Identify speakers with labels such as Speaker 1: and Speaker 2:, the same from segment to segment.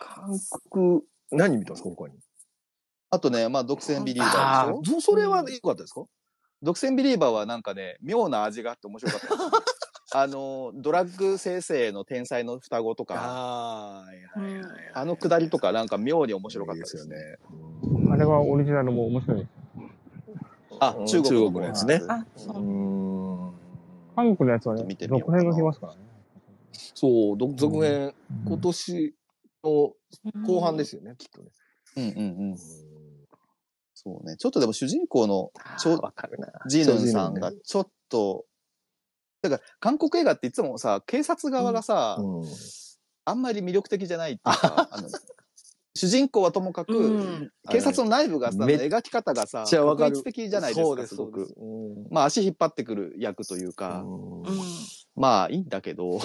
Speaker 1: 韓国、何見たんですか、他に。
Speaker 2: あとね、まあ、独占ビリーバ
Speaker 1: あ
Speaker 2: ー
Speaker 1: あ
Speaker 2: でしょ。
Speaker 1: ー、そそれは良かったですか
Speaker 2: 独占ビリーバーはなんかね、妙な味があって面白かったです。 あの、ドラッグ生成の天才の双子とか、
Speaker 3: ああ、はいはいはいはい。
Speaker 2: あのくだりとかなんか妙に面白かったです
Speaker 1: いい
Speaker 2: ね。
Speaker 1: ですよね。
Speaker 4: あれはオリジナルも面白いです。
Speaker 2: あ、中国
Speaker 1: 中国のやつね
Speaker 5: あ、そう。
Speaker 1: うん。
Speaker 4: 韓国のやつはね
Speaker 2: 見て、みようか
Speaker 4: 続
Speaker 2: な
Speaker 4: 編が来ますからね。
Speaker 1: そう、ど続編、今年の後半ですよね、きっとね。
Speaker 2: うんうんうん。そうね。ちょっとでも主人公のちょ
Speaker 1: わかるな。
Speaker 2: ジーヌンさんがちょっと、だから韓国映画っていつもさ、警察側がさ、
Speaker 1: うん。
Speaker 2: あんまり魅力的じゃないっていうか、あの主人公はともかく、
Speaker 5: うん
Speaker 2: 警察の内部がさ、
Speaker 1: めっ
Speaker 2: 描き方がさ、
Speaker 1: ちゃわかる
Speaker 2: 確率的じゃないです
Speaker 3: そう
Speaker 2: か、
Speaker 3: です
Speaker 2: す
Speaker 3: そ
Speaker 2: ご
Speaker 3: うです
Speaker 2: く。
Speaker 1: うん
Speaker 2: まあ足引っ張ってくる役というか、
Speaker 5: う
Speaker 1: うんん。
Speaker 2: まあいいんだけど、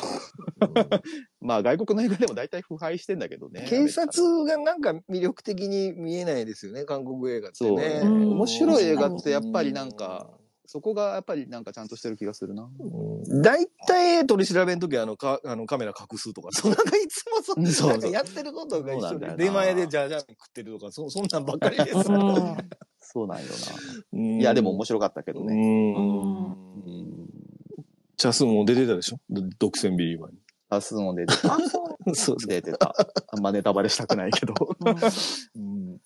Speaker 2: まあ外国の映画でも大体腐敗してんだけどね。
Speaker 3: 警察がなんか魅力的に見えないですよね、韓国映画ってね。
Speaker 2: そう
Speaker 3: うん
Speaker 5: 面
Speaker 2: 白い映画ってやっぱりなんか、そこがやっぱりなんかちゃんとしてる気がするな。
Speaker 3: 大体取り調べの時あのかあのカメラ隠すとか、そうなんかいつもそ
Speaker 2: うんん
Speaker 3: な
Speaker 2: そう
Speaker 3: なんかやってることが一
Speaker 2: そ
Speaker 3: 緒
Speaker 2: うなんだよ
Speaker 3: で、出
Speaker 2: な
Speaker 3: 前でじゃじゃん食ってるとか、そそんなんばっかりです。
Speaker 2: そうなんよ
Speaker 1: うん
Speaker 2: な。いや、でも面白かったけど
Speaker 1: う
Speaker 2: ね。
Speaker 1: ん
Speaker 5: うん
Speaker 2: うん。
Speaker 1: チャスも出てたでしょど独占ビリーバー
Speaker 2: 出すので、
Speaker 5: あ、そう。
Speaker 1: に。そう
Speaker 2: 出てた。あんまネタバレしたくないけど。
Speaker 1: うん。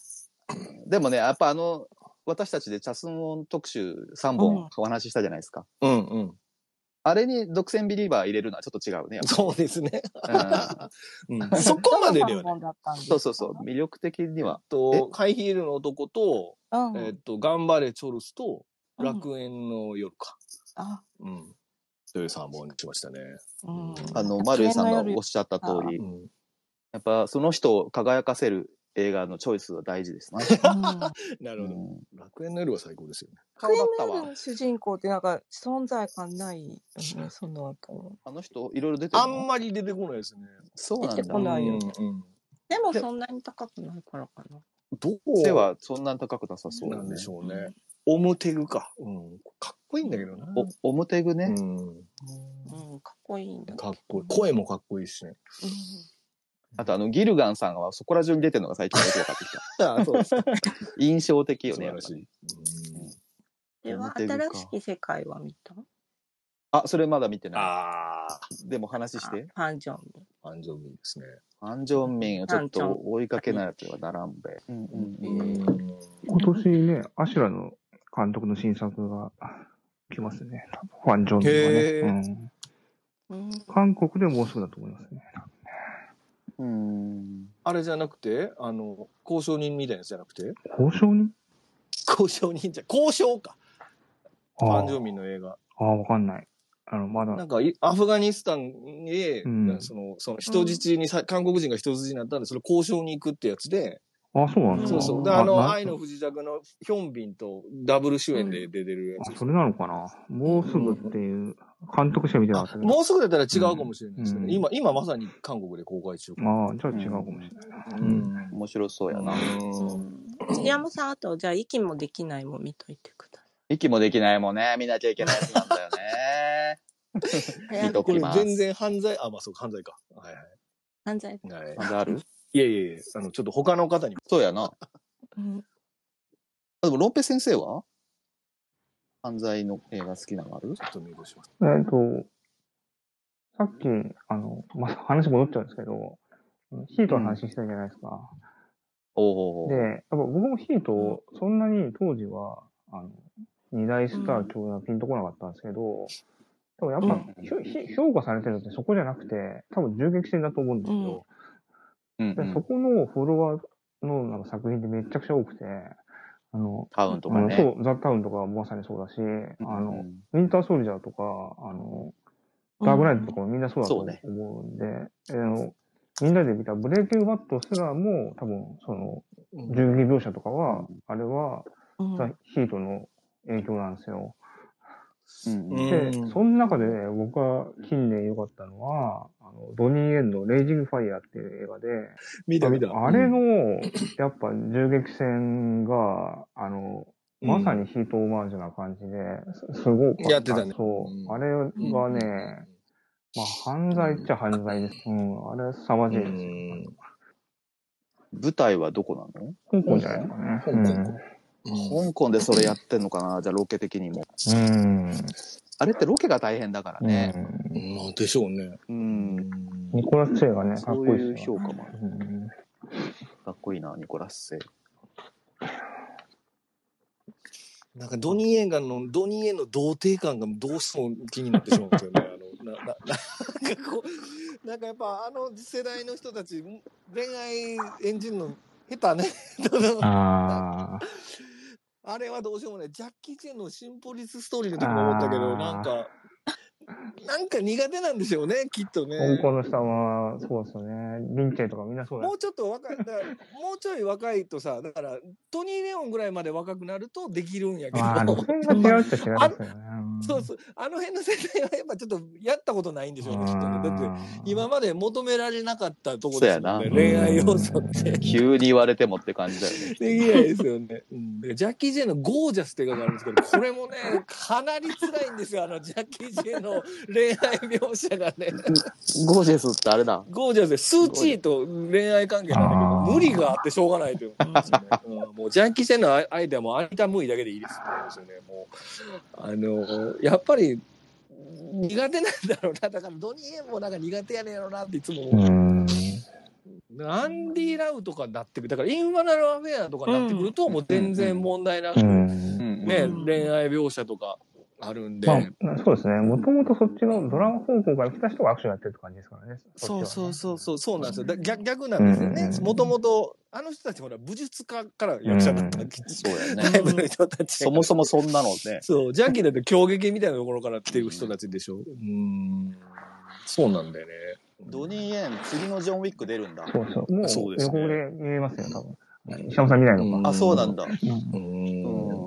Speaker 2: でもね、やっぱあの、私たちでチャスモン特集3
Speaker 5: うん
Speaker 2: 本お話ししたじゃないですか。
Speaker 3: うんうん。
Speaker 2: あれに独占ビリーバー入れるのはちょっと違うね。やっ
Speaker 3: そうですね。
Speaker 2: ぱ
Speaker 3: うんそこまでだよね。
Speaker 2: うんそうそうそう。魅力的には。
Speaker 3: と、ハイヒールの男と、
Speaker 5: うん。
Speaker 3: えっと、頑張れチョルスと、
Speaker 5: うん
Speaker 3: 楽園の夜か。
Speaker 5: あ、
Speaker 1: うん。という3本にしましたね。
Speaker 5: うん。
Speaker 2: あの、マルエさんがおっ
Speaker 5: し
Speaker 2: しゃった通り
Speaker 1: う、ん。
Speaker 2: やっぱその人を輝かせる映画のチョイスは大事ですね。
Speaker 3: な
Speaker 2: う
Speaker 3: るほど。
Speaker 2: ん
Speaker 1: 楽園の夜は最高ですよね。
Speaker 2: 顔だったわ。
Speaker 5: の主人公ってなんか存在感ないよね、その後。
Speaker 2: あの人、いろいろ出てる
Speaker 3: あ
Speaker 2: の
Speaker 3: んまり出てこないですね。
Speaker 2: そうなん
Speaker 5: 出て
Speaker 2: だ。
Speaker 5: こないよ
Speaker 3: うんうん
Speaker 5: でもそんなに高くないからかな。
Speaker 3: ど
Speaker 2: 背
Speaker 3: う
Speaker 2: はそんなに高くなさそうだ
Speaker 3: なん
Speaker 2: ね
Speaker 3: でし。ょうね。オムテグか。うん。かっこいいんだけどな。
Speaker 2: お、表具
Speaker 1: う
Speaker 2: ね。
Speaker 1: ん。
Speaker 5: うん、かっこいいんだけ
Speaker 3: か
Speaker 5: ど
Speaker 3: っこいい。声もかっこいいしね。
Speaker 2: あとあの、ギルガンさんはそこら中に出てるのが最近よく分かってきた。
Speaker 3: あそうです。
Speaker 2: 印象的よね。
Speaker 1: 素晴らしい
Speaker 2: やっ
Speaker 5: うん。では、
Speaker 2: 表具か
Speaker 5: 新しき世界は見た
Speaker 2: ぱあ、それまだ見てな
Speaker 3: ああ。
Speaker 2: い。でも話して。
Speaker 5: あファンジョン
Speaker 3: 安城民ですね。
Speaker 2: アンジョンミンをちょっと追いかけなきゃならんべ。うんうんうん。
Speaker 4: 今年ね、アシュラの監督の新作が来ますね。ファン・ジョン
Speaker 3: へ
Speaker 4: ズ
Speaker 3: ー
Speaker 4: がね、うん。
Speaker 5: うん。
Speaker 4: 韓国でもうすぐだと思いますね。
Speaker 2: うん。
Speaker 3: あれじゃなくて、あの、交渉人みたいなやつじゃなくて
Speaker 4: 交渉人
Speaker 3: 交渉人じゃ、交渉か。
Speaker 4: あ
Speaker 3: 安
Speaker 4: あ
Speaker 3: 城民の映画。
Speaker 4: ああ、わかんない。あの、ま
Speaker 3: な
Speaker 4: だ
Speaker 3: ん。かい、アフガニスタンで、
Speaker 4: うん
Speaker 3: その、その人質にさ、韓国人が人質になったんで、それ交渉に行くってやつで、
Speaker 4: あそうなんだ。
Speaker 3: そうそう。で、
Speaker 4: あ
Speaker 3: あの、
Speaker 4: な
Speaker 3: 愛の不時着のヒョンビンとダブル主演で出てるや
Speaker 4: あ
Speaker 3: つ。
Speaker 4: それなのかなもうすぐっていう、監督しか見てなかったけど。
Speaker 3: もうすぐだったら違うかもしれないですけど、
Speaker 4: うん
Speaker 3: 今、今まさに韓国で公開中。
Speaker 4: ああ、じゃあ違うかもしれない。
Speaker 3: うん。
Speaker 2: 面白そうやな。
Speaker 5: 杉山さん、あと、じゃあ、息もできないも見といてくだ
Speaker 2: 息もできないもんね。見なきゃいけないやつなんだよ ね。
Speaker 5: さい。
Speaker 2: 見と
Speaker 3: こ
Speaker 2: き
Speaker 3: れ
Speaker 2: ます
Speaker 3: 全然犯罪、あ、まあそうか、犯罪か。はい
Speaker 5: 犯罪。
Speaker 3: はい。はい
Speaker 2: まだある
Speaker 3: いやいやいや、あの、ちょっと他の方に。
Speaker 2: そうやな。
Speaker 5: うん。
Speaker 2: あでも、ロンペ先生は犯罪の映画好きなのある
Speaker 3: ちょっと見越します。
Speaker 4: えっと、さっき、あの、まあ、話戻っちゃうんですけど、ヒートの話したじゃないですか。
Speaker 2: おお
Speaker 4: で、。やっぱ僕もヒートを、そんなに当時は、あの、二大スター級はピンとこなかったんですけど、でもやっぱ、ひょひ評価されてるのってそこじゃなくて、多分銃撃戦だと思うんですよ。
Speaker 2: うんう
Speaker 4: でそ
Speaker 2: ん。
Speaker 4: このフォロワーのなんか作品ってめちゃくちゃ多くて、あの、
Speaker 2: タウンと
Speaker 4: あ
Speaker 2: か
Speaker 4: の
Speaker 2: ね。
Speaker 4: そう、ザ・タウンとかまさにそうだし、あ
Speaker 2: う
Speaker 4: の、
Speaker 2: ん
Speaker 4: ウィンター・ソルジャーとか、あの、ダークナイトとかもみんなそうだと
Speaker 2: そうね
Speaker 4: 思うんで、あのみんなで見たブレイキングバットすらも、多分、その、銃撃描写とかは、あれは、
Speaker 5: うん
Speaker 4: ザ・ヒートの影響なんですよ。
Speaker 2: うんうん
Speaker 4: で、
Speaker 3: うん
Speaker 4: その中で、ね、僕が近年良かったのは、あの、ドニー・エンのレイジング・ファイヤーっていう映画で、
Speaker 3: 見た見た。
Speaker 4: あれの、やっぱ銃撃戦が、あの、まさにヒートオマージュな感じで、すすごく。
Speaker 3: やってたね
Speaker 4: そうう。
Speaker 3: ん
Speaker 4: あれはね、まあ犯罪っちゃ犯罪です。うん、あれは凄まじいですよ。
Speaker 2: 舞台はどこなの
Speaker 4: 香港じゃないですかね。
Speaker 3: 香港
Speaker 2: 香港でそれやってんのかなじゃあロケ的にも。
Speaker 4: うん。うん。
Speaker 2: あれってロケが大変だからね。
Speaker 4: うん
Speaker 3: まあ、でしょうね。
Speaker 2: うん。
Speaker 4: ニコラス・セイがね、かっ
Speaker 2: そう
Speaker 4: こいい
Speaker 2: いう
Speaker 4: ですよ。
Speaker 2: 評価もある。
Speaker 4: うん
Speaker 2: かっこいいな、ニコラス・セイ。
Speaker 3: なんかドニー・エンガンの、ドニー・エンの童貞感がどうしても気になってしまうんですよね。あの、な、な、 なんかこう、なんかやっぱあの世代の人たち、恋愛演じるの下手ね。
Speaker 4: ああ。
Speaker 3: あれはどうしようもない。ジャッキー・チェンのシンポリスストーリーの時も思ったけど、
Speaker 4: あー
Speaker 3: なんか、なんか苦手なんでしょうね、きっとね。
Speaker 4: 香港の人は、そうですよね。リンチェとかみんなそうだ
Speaker 3: もうちょっと若い、だからもうちょい若いとさ、だから、トニー・レオンぐらいまで若くなるとできるんやけど。
Speaker 4: まあ、路線が違うっちゃ違いますよね。
Speaker 3: そうそう。あの辺の世代はやっぱちょっとやったことないんでしょうね、きっとね。だって、
Speaker 4: て
Speaker 3: 今まで求められなかったとこですもんね。
Speaker 2: そう
Speaker 4: や
Speaker 3: 恋
Speaker 4: な
Speaker 3: 愛要素って。でき
Speaker 2: 急に言われてもって感じだよね。
Speaker 3: ないですよね。うんでジャッキー・ジェンのゴージャスって映画があるんですけど、これもね、かなり辛いんですよ。あの、ジャッキー・ジェンの恋愛描写がね。
Speaker 2: ゴージェスってあれだ。
Speaker 3: ゴージャスで、スーチーと恋愛関係なんだけ
Speaker 4: あー
Speaker 3: ど、無理があってしょうがないという、うんもうジャッキー・ジェンのアイデアもありた無いだけでいいですってことですよね。もう、あの、やっぱり、苦手なんだろうな。だから、ドニー・エンもなんか苦手やねんやろなっていつも思う。
Speaker 4: うん。
Speaker 3: アンディ・ラウとかになってくる。だから、インファナル・アフェアとかになってくると、もう全然問題なく、
Speaker 4: う
Speaker 3: ね、
Speaker 4: ん。
Speaker 2: ん
Speaker 5: うん
Speaker 3: 恋愛描写とかあるんで。
Speaker 4: まあ、そうですね。もともとそっちのドラマ方向から来た人がアクションやってるって感じですからね。
Speaker 3: そうそうそう
Speaker 4: う。
Speaker 3: そう、そうなんですよ。だ逆逆なんですよ
Speaker 4: うん
Speaker 3: ね
Speaker 4: うんう。ん
Speaker 3: もともと、あの人たちほら、武術家から役者だったわけです。
Speaker 2: そうやね。
Speaker 3: 外部の人たち。
Speaker 2: そもそもそんなのね。
Speaker 3: そう、ジャッキーだって狂撃みたいなところから来てる人たちでしょ。うん。そうなんだよね。
Speaker 2: ドニー・エン、次のジョン・ウィック出るんだ。
Speaker 4: そうそう。も
Speaker 3: そう
Speaker 4: う、
Speaker 3: です
Speaker 4: 予
Speaker 3: ね
Speaker 4: 告で見えますよ、多分。石山さん見ないの
Speaker 3: うん
Speaker 4: か。
Speaker 2: あ、そうなんだ。
Speaker 4: う
Speaker 3: う
Speaker 4: ん
Speaker 3: ん。
Speaker 2: うん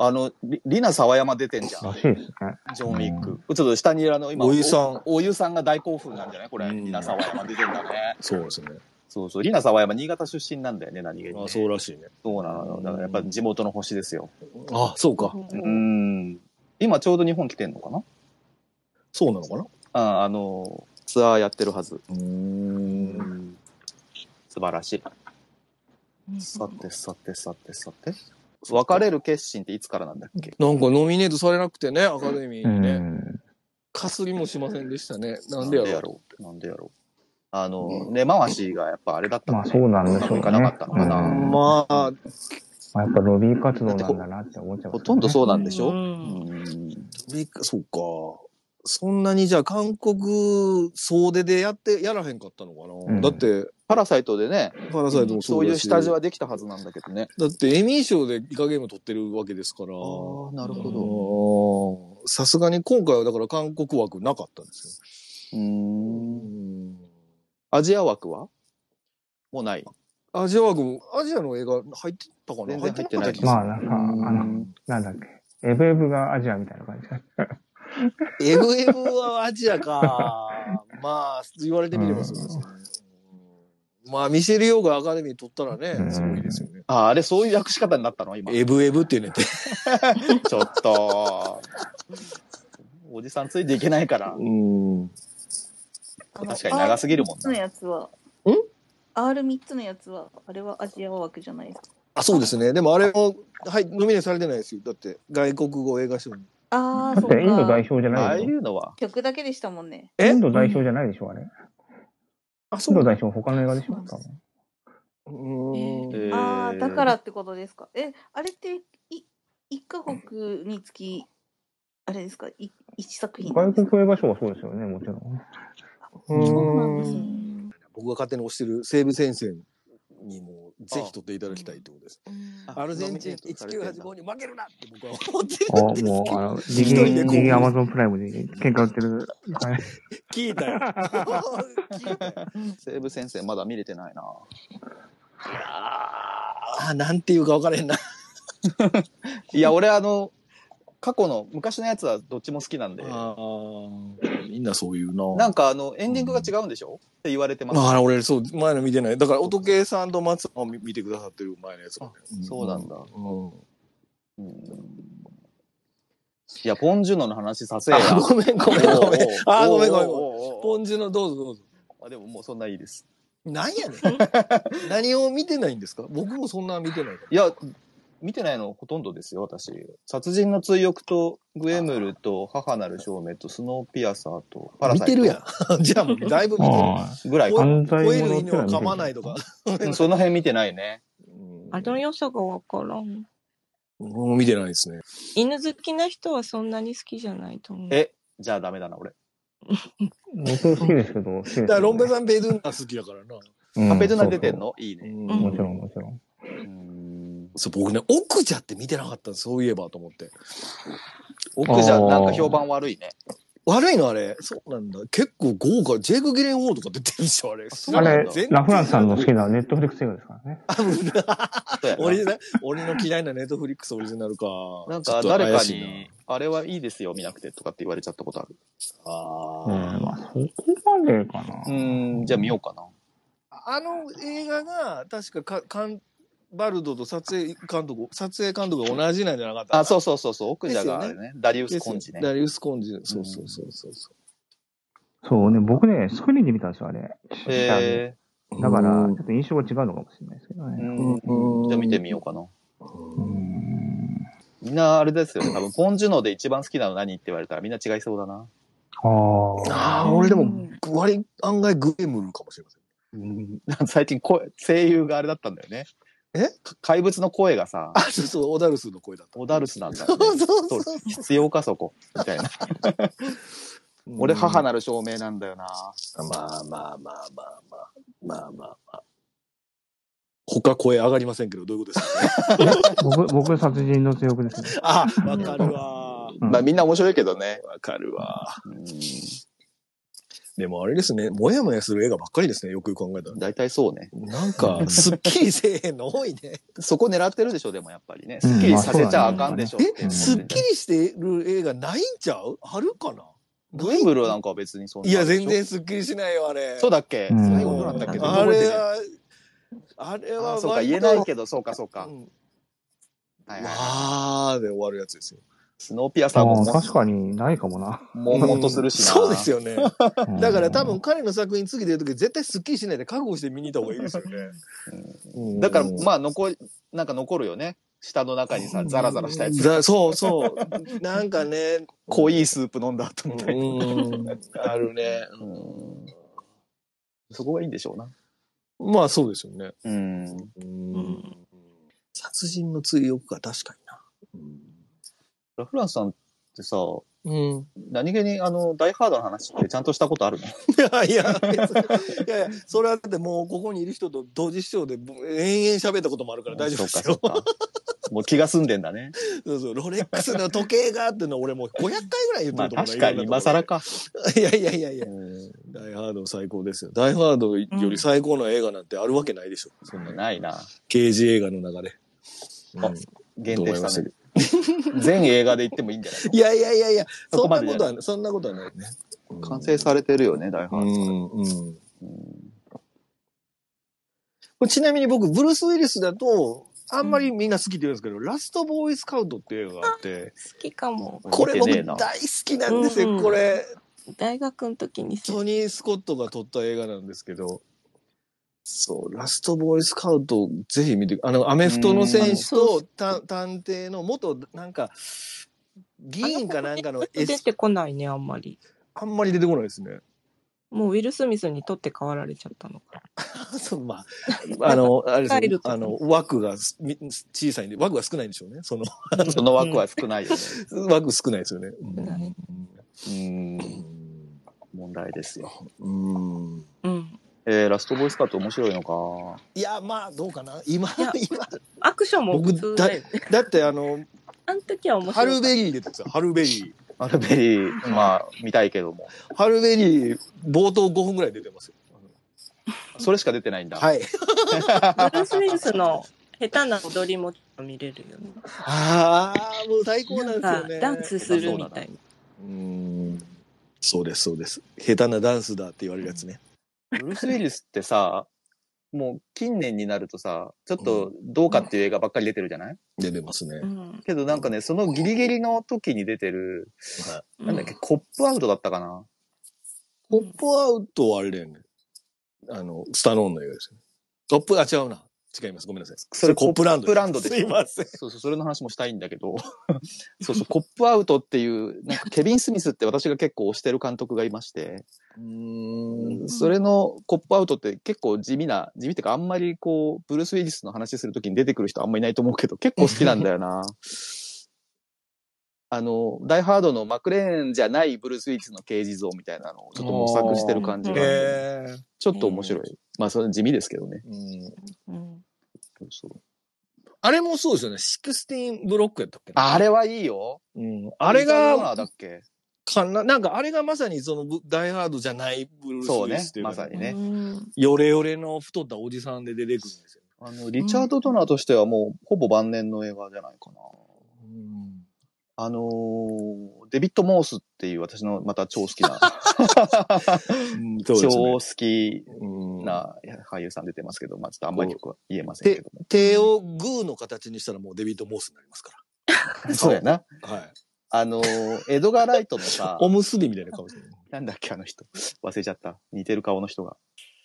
Speaker 2: あの、リリナ沢山出てんじゃ
Speaker 4: ら
Speaker 2: ん。
Speaker 4: しいですね。
Speaker 2: ジョン・ウィック。ちょっと下に、あの、今、
Speaker 3: おゆさん
Speaker 2: お。おゆさんが大興奮なんじゃないこれ。
Speaker 3: うん
Speaker 2: リナ沢山出てんだね。
Speaker 3: そうですね。
Speaker 2: そうそう。リナ沢山、新潟出身なんだよね、何気にね。
Speaker 3: あそうらしいね。
Speaker 2: そうなのよ。だからやっぱ地元の星ですよ。
Speaker 3: あそうか。
Speaker 2: うん。今ちょうど日本来てんのかな
Speaker 3: そうなのかな
Speaker 2: ああの、ツアーやってるはず。
Speaker 3: うん。
Speaker 2: 素晴らしい。さてさてさてさて。別れる決心っていつからなんだっけ
Speaker 3: なんかノミネートされなくてね、アカデミーに
Speaker 4: う
Speaker 3: ね。
Speaker 4: ん
Speaker 3: かすりもしませんでしたね。なんでやろう。
Speaker 2: ろう。なんでやろう。あの、根回しがやっぱあれだった
Speaker 4: まあ、そうなんでしょうね。
Speaker 2: いかなかったのかな。
Speaker 4: うん
Speaker 3: ま
Speaker 4: ま
Speaker 3: あ、
Speaker 4: あ、やっぱロビー活動なんだなって思っちゃう、
Speaker 2: ほとんどそうなんで
Speaker 5: で
Speaker 2: しょ、う
Speaker 5: うん
Speaker 2: ん、
Speaker 3: びっそうか。そんなにじゃあ韓国総出でやって、やらへんかったのかな。
Speaker 4: うん
Speaker 3: だって、
Speaker 2: パラサイトでね、
Speaker 3: パラサイトも
Speaker 2: そ
Speaker 3: そう
Speaker 2: う
Speaker 3: だし、
Speaker 2: いう下地はできたはずなんだけどね。
Speaker 3: だってエミー賞でイカゲーム取ってるわけですから。
Speaker 2: ああ、なる
Speaker 5: ほ
Speaker 3: ど。さすがに今回はだから韓国枠なかったんです
Speaker 2: う。
Speaker 3: よ。うんん。
Speaker 2: アジア枠はもうない。
Speaker 3: アジア枠も、アジアの映画入ってたかな
Speaker 2: 全然入ってな
Speaker 3: なかった
Speaker 2: い
Speaker 3: 気がす
Speaker 4: ま
Speaker 3: る
Speaker 4: あ、なんか、あの、なんだっけ。エブエブがアジアみたいな感じか。
Speaker 3: エブエブはアジアか。 まあ、言われてみればそうですね。まあ、ミシェル・ヨーがアカデミー取ったらね、すごいですよね。
Speaker 2: ああ、あれそういう訳し方になったの今。
Speaker 3: エブエブって言うねんて。
Speaker 2: ちょっと。おじさんついていけないから。
Speaker 3: うん。
Speaker 2: 確かに長すぎるもんな
Speaker 6: な。やつは。
Speaker 3: ん
Speaker 6: ?R3 つのやつは、あれはアジア枠じゃないですか。
Speaker 3: あ、そうですね。でもあれも、はい、ノミネートされてないですよ。だって、外国語映画賞に。
Speaker 6: ああ、
Speaker 4: だ
Speaker 6: そ
Speaker 4: っ
Speaker 6: うか
Speaker 4: て、インド代表じゃ
Speaker 2: あ
Speaker 4: な
Speaker 2: あ
Speaker 4: い
Speaker 2: い
Speaker 4: でし
Speaker 2: うのは。
Speaker 6: 曲だけでしたもんね。
Speaker 4: ょ。
Speaker 3: え
Speaker 4: インド代表じゃないでしょ、あれ。
Speaker 3: あ、
Speaker 4: イン
Speaker 3: そ
Speaker 4: ド
Speaker 3: う
Speaker 4: 代表他の映画でしょ、多分。
Speaker 3: う
Speaker 6: え
Speaker 3: ん。
Speaker 6: ー
Speaker 2: えー
Speaker 6: ああ、だからってことですか。え、あれって、い、一カ国につき、あれですか、い一作品なん
Speaker 4: 外
Speaker 6: ですか。
Speaker 4: 国映画賞はそうですよね、もちろん。
Speaker 6: そうなんですね。
Speaker 3: 僕が勝手に推してる西部先生にも、ぜひ取っていただきたいってことです。アルゼンチン1985に負けるなって僕は思って
Speaker 4: あ、
Speaker 3: るんですけど
Speaker 4: もう、あの、
Speaker 3: 一
Speaker 4: 右、
Speaker 3: 人でこう
Speaker 4: 右アマゾンプライムで喧嘩売ってる。はい
Speaker 3: 聞いたよ。聞いたよ。
Speaker 2: 西部先生まだ見れてないな。
Speaker 3: ああ、なんていうか分からへんな。
Speaker 2: いや、俺あの、過去の昔のやつはどっちも好きなんで。
Speaker 3: ああ、みんなそういうな。
Speaker 2: なんかあの、エンディングが違うんでしょって言われてます。
Speaker 3: ああ、俺、そう、前の見てない。だから、音系さんと松さんを見見てくださってる前のやつがね、
Speaker 2: そうなんだ。
Speaker 3: うん。
Speaker 2: うんいや、ポンジュノの話させや。
Speaker 3: あごめん、ごめん、ごめん。あーごめん、ごめんごめん。
Speaker 2: ん
Speaker 3: ポンジュのどうぞどうぞ。
Speaker 2: あでももうそんないいです。
Speaker 3: なんやねん。何を見てないんですか僕もそんな見てないから。
Speaker 2: いや、見てないのほとんどですよ、私。殺人の追憶と、グエムルと、母なる証明と、スノーピアサーと、パラ
Speaker 3: 見
Speaker 2: サイト。
Speaker 3: てるやん。 じゃあもうだいぶ見てる。
Speaker 4: あ
Speaker 2: ん。ぐらい
Speaker 4: あ、
Speaker 2: か。
Speaker 4: 犯罪
Speaker 3: 吠える
Speaker 4: 者っ
Speaker 3: 犬
Speaker 4: てのは
Speaker 3: は
Speaker 4: 見て
Speaker 3: 噛
Speaker 4: る
Speaker 3: まないとか。
Speaker 2: うんその辺見てないね。
Speaker 3: うん
Speaker 5: あの良さがわからん。
Speaker 3: 僕も見てないですね。
Speaker 5: 犬好きな人はそんなに好きじゃないと思う。
Speaker 2: え、じゃあダメだな、俺。
Speaker 4: 僕好きですけど、好きですけどね
Speaker 3: だからロンベさんベドゥンナ好きだからな。
Speaker 4: うん
Speaker 2: カペドゥナ出てんのいいね。
Speaker 5: うん
Speaker 4: そうそうもちろん、もちろん。
Speaker 2: うん
Speaker 3: そう、僕ね、奥じゃって見てなかったそういえばと思って。
Speaker 2: 奥じゃ、なんか評判悪いね。
Speaker 3: 悪いのあれ。そうなんだ。結構豪華。ジェイク・ギレンホールとか出てるでしょ、あれ。
Speaker 2: そう
Speaker 4: あ
Speaker 2: なん
Speaker 4: れ
Speaker 2: だ、
Speaker 3: 全然
Speaker 4: ラフランスさんの好きなネットフリックス映画ですからね。
Speaker 2: そうやな
Speaker 3: オリジナル、俺の嫌いなネットフリックスオリジナルか。
Speaker 2: なん
Speaker 3: ちょ
Speaker 2: か
Speaker 3: っと
Speaker 2: 誰
Speaker 3: 怪
Speaker 2: か
Speaker 3: しいな
Speaker 2: に、あれはいいですよ、見なくてとかって言われちゃったことある。
Speaker 3: あ
Speaker 4: うん、
Speaker 3: ー
Speaker 4: まあ、そこまでかな。
Speaker 2: うーん、じゃあ見ようかな。
Speaker 3: あの映画が、確かか、カン、バルドと撮影監督、撮影監督が同じなんじゃなかった。
Speaker 2: あ、そううそうそうそう、奥じゃがあれね、ダリウスコンジね。
Speaker 3: ダリウス・コンジ。そうそうそうそうそ
Speaker 4: そうね、僕ね、スクリーンで見たんですよ、あれ。
Speaker 2: へ
Speaker 3: う。
Speaker 4: だから、
Speaker 3: う
Speaker 4: ちょっと印象が違うのかもしれないですけど
Speaker 2: え。う
Speaker 4: ね。
Speaker 2: ん
Speaker 3: うん
Speaker 2: じゃあ見てみようかな。
Speaker 4: うん。
Speaker 2: みんなあれですよね、多分ポンジュノで一番好きなの何って言われたらみんな違いそうだな。
Speaker 3: ーん
Speaker 4: ああ。
Speaker 3: ああ、俺でも、割、案外グエムルかもしれません。
Speaker 2: うん、最近声、声優があれだったんだよね。
Speaker 3: え
Speaker 2: か怪物の声がさ、
Speaker 3: あ、そうそう、オダルスの声だった。
Speaker 2: オダルスなんだ、ね。
Speaker 3: そうそうそう
Speaker 2: そう必要かそこ。みたいな。 俺母なる証明なんだよな。
Speaker 3: まあまあまあまあまあ。まあまあまあ。他声上がりませんけど、どういうことですか、
Speaker 4: 僕、僕、殺人の強くですね。
Speaker 3: あ、わかるわ。
Speaker 4: うん
Speaker 2: まあみんな面白いけどね。
Speaker 3: わかるわ。
Speaker 2: うん
Speaker 3: でもあれですね、もやもやする映画ばっかりですね、よくよく考えたら。
Speaker 2: 大体そうね。
Speaker 3: なんか、すっきりせえへんの多いね。
Speaker 2: そこ狙ってるでしょ、でもやっぱりね。
Speaker 4: う
Speaker 2: す
Speaker 4: ん
Speaker 2: っきりさせちゃあかんでしょっていう
Speaker 4: え
Speaker 3: すっきりしてる映画ないんちゃうあるかな
Speaker 2: グエンブルなんかは別にそんな。
Speaker 3: いや、全然。すっきりしないよ、あれ。
Speaker 2: そうだっけ
Speaker 4: うん
Speaker 2: 最後どうなったっけ
Speaker 3: あれ
Speaker 2: 覚えてない
Speaker 3: は、あれ
Speaker 2: あ
Speaker 3: は
Speaker 2: そうか、言えない
Speaker 3: け
Speaker 2: けど、そうか、そうか。はいはい
Speaker 3: わーで終わるやつですよ。
Speaker 2: スノーピア
Speaker 4: あ
Speaker 2: サーも
Speaker 4: あ、確かにないかもな。
Speaker 2: 悶々とするしな。
Speaker 3: そうですよね。だから多
Speaker 4: うん
Speaker 3: 分、彼の作品次出るとき絶対すっきりしないで覚悟して見に行った方がいいですよね。うん
Speaker 2: だから、まあ、残り、なんか残るよね。舌の中にさ、ザラザラしたやつ。
Speaker 3: ざそうそう。なんかね、
Speaker 2: 濃いスープ飲んだ後みたいな。
Speaker 3: うん、あるね。
Speaker 2: うんそこがいいんでしょうな。
Speaker 3: まあそうですよね。
Speaker 2: うん。
Speaker 5: ん
Speaker 3: 殺人の追憶が確かに
Speaker 2: ラフランスさんってさ、
Speaker 3: な。うん。
Speaker 2: 何気にあの、ダイハードの話ってちゃんとしたことあるの
Speaker 3: いやいや、別にいやいや、それはだってもうここにいる人と同時視聴でぼ延々喋ったこともあるから大丈夫です
Speaker 2: そう
Speaker 3: よ。
Speaker 2: か、そうか。もう気が済んでんだ ね。
Speaker 3: そうそう、ロレックスの時計がっていうのは俺もう500回ぐらい言って
Speaker 2: ま
Speaker 3: る
Speaker 2: あ
Speaker 3: と思うな。
Speaker 2: 確かに今更か。
Speaker 3: いやいやいやいや
Speaker 2: う。ん
Speaker 3: ダイハード最高ですよ。ダイハードより最高の映画なんてあるわけないでしょ。そんな
Speaker 2: ないな。
Speaker 3: 刑事映画の中で。うん
Speaker 2: あ限定したね
Speaker 3: ど。
Speaker 2: 全映画で言ってもいいんじゃない
Speaker 3: いやいやいやいや、
Speaker 2: そ
Speaker 3: そ
Speaker 2: こ
Speaker 3: ん
Speaker 2: ま
Speaker 3: な
Speaker 2: で
Speaker 3: こ
Speaker 2: じゃ
Speaker 3: と
Speaker 2: な
Speaker 3: は、そんなことはないね。
Speaker 2: 完成されてるよね、ダイハー
Speaker 3: う
Speaker 2: ド。
Speaker 3: ん、うん。
Speaker 2: うん
Speaker 3: これちなみに僕、ブルース・ウィリスだと、あんまりみんな好きって言うんですけど、ラスト・ボーイ・スカウトっていう映画があって、
Speaker 5: 好きかも。
Speaker 3: これ僕
Speaker 2: 見てねえ
Speaker 3: 大
Speaker 2: な
Speaker 3: 好きなんですよ、
Speaker 5: うん
Speaker 3: これ。
Speaker 5: 大学の時に
Speaker 3: トニー・スコットが撮った映画なんですけど、そう、ラストボーイスカウト、ぜひ見て、あの、アメフトの選手とた探偵の元、なんか、議員かなんかのエ
Speaker 5: 出
Speaker 3: ス、
Speaker 5: てこないね、あんまり。
Speaker 3: あんまり出てこないですね。
Speaker 5: もうウィル・スミスに取って代わられちゃったのか。
Speaker 3: そう、 まあ、あ の、あれです
Speaker 5: スタイ
Speaker 3: ね
Speaker 5: ル、とか
Speaker 3: あの、枠がすみ小さいんで、枠が少ないんでしょうね。その、
Speaker 2: その枠は少ないよね。
Speaker 3: 枠少ないですよね。
Speaker 5: 少ない
Speaker 2: うん。問題ですよ。
Speaker 3: うん。うん
Speaker 5: うん。
Speaker 2: えー、ラストボイスカート面白いのか。
Speaker 3: いや、まあ、どうかな。今、
Speaker 5: いや
Speaker 3: 今、
Speaker 5: アクションも普通だよね。
Speaker 3: だってあの、
Speaker 5: あの時は面
Speaker 3: ハ
Speaker 5: 白い
Speaker 3: ル。ベリー出てた、ハルベリー。
Speaker 2: アルベリー、まあ、見たいけども。
Speaker 3: ハルベリー、冒頭5分ぐらい出てますよ。
Speaker 2: それしか出てないんだ。
Speaker 3: はい。
Speaker 5: ブルース・ウィルスの下手な踊りも見れるよね。
Speaker 3: ああ、もう最高なんです
Speaker 5: な
Speaker 3: よ
Speaker 5: んか
Speaker 3: ね。
Speaker 5: ダンスするみたいな。
Speaker 3: うん。そうです、そうです。下手なダンスだって言われるやつね。
Speaker 2: ブルース・ウィリスってさ、もう近年になるとさ、ちょっとどうかっていう映画ばっかり出てるじゃない
Speaker 3: 出てますね
Speaker 5: う。ん。
Speaker 2: けどなんかね、そのギリギリの時に出てる、なんだっけ、コップアウトだったかな。
Speaker 3: ポップアウトはあれだよね。あの、スタノーンの映画ですよね。トップ、あ、違うな。違います。ごめんなさい。それコップランド
Speaker 2: コップランドです
Speaker 3: すいません。
Speaker 2: そうそう、それの話もしたいんだけど、 そうそう、コップアウトっていう、なんかケビン・スミスって私が結構推してる監督がいまして、それのコップアウトって結構地味な、地味っていうかあんまりこう、ブルース・ウィリスの話するときに出てくる人あんまりいないと思うけど、結構好きなんだよ な。あの、ダイ・ハードのマクレーンじゃないブルース・ウィリスの刑事像みたいなのをちょっと模索してる感じがあって、
Speaker 3: へえ。
Speaker 2: ちょっと面白い。まあ、それ地味ですけどね。
Speaker 3: うん
Speaker 6: うん
Speaker 2: そうそう
Speaker 3: あれもそうですよね。シクスティーンブロックやったっけな
Speaker 2: あれはいいよ。
Speaker 3: うんあれ
Speaker 2: リチャード・ローナ
Speaker 3: が
Speaker 2: ー、だっけ
Speaker 3: かな、なんかあれがまさにそのブ、ダイハードじゃないブルース・ウィ
Speaker 2: そう
Speaker 3: リ
Speaker 2: ね
Speaker 3: スってい、うか
Speaker 2: まさにね。
Speaker 3: ヨレヨレの太ったおじさんで出てくるんですよ。
Speaker 2: あの、リチャード・ドナーとしてはもう、ほぼ晩年の映画じゃないかな。あのーデビッド・モースっていう私のまた超好きな、
Speaker 3: うん、
Speaker 2: 超
Speaker 3: そうですね
Speaker 2: 好。き
Speaker 3: うん
Speaker 2: な俳優さん出てますけど、まあちょっとあんまりよくは言えません
Speaker 3: で
Speaker 2: けども。
Speaker 3: 手をグーの形にしたらもうデビッド・モースになりますか
Speaker 2: そうやな。
Speaker 3: ら。はい。
Speaker 2: あのーエドガー・ライトのさ
Speaker 3: お、むすびみたいな顔してる。
Speaker 2: なんだっけあの人。忘れちゃった。似てる顔の人が。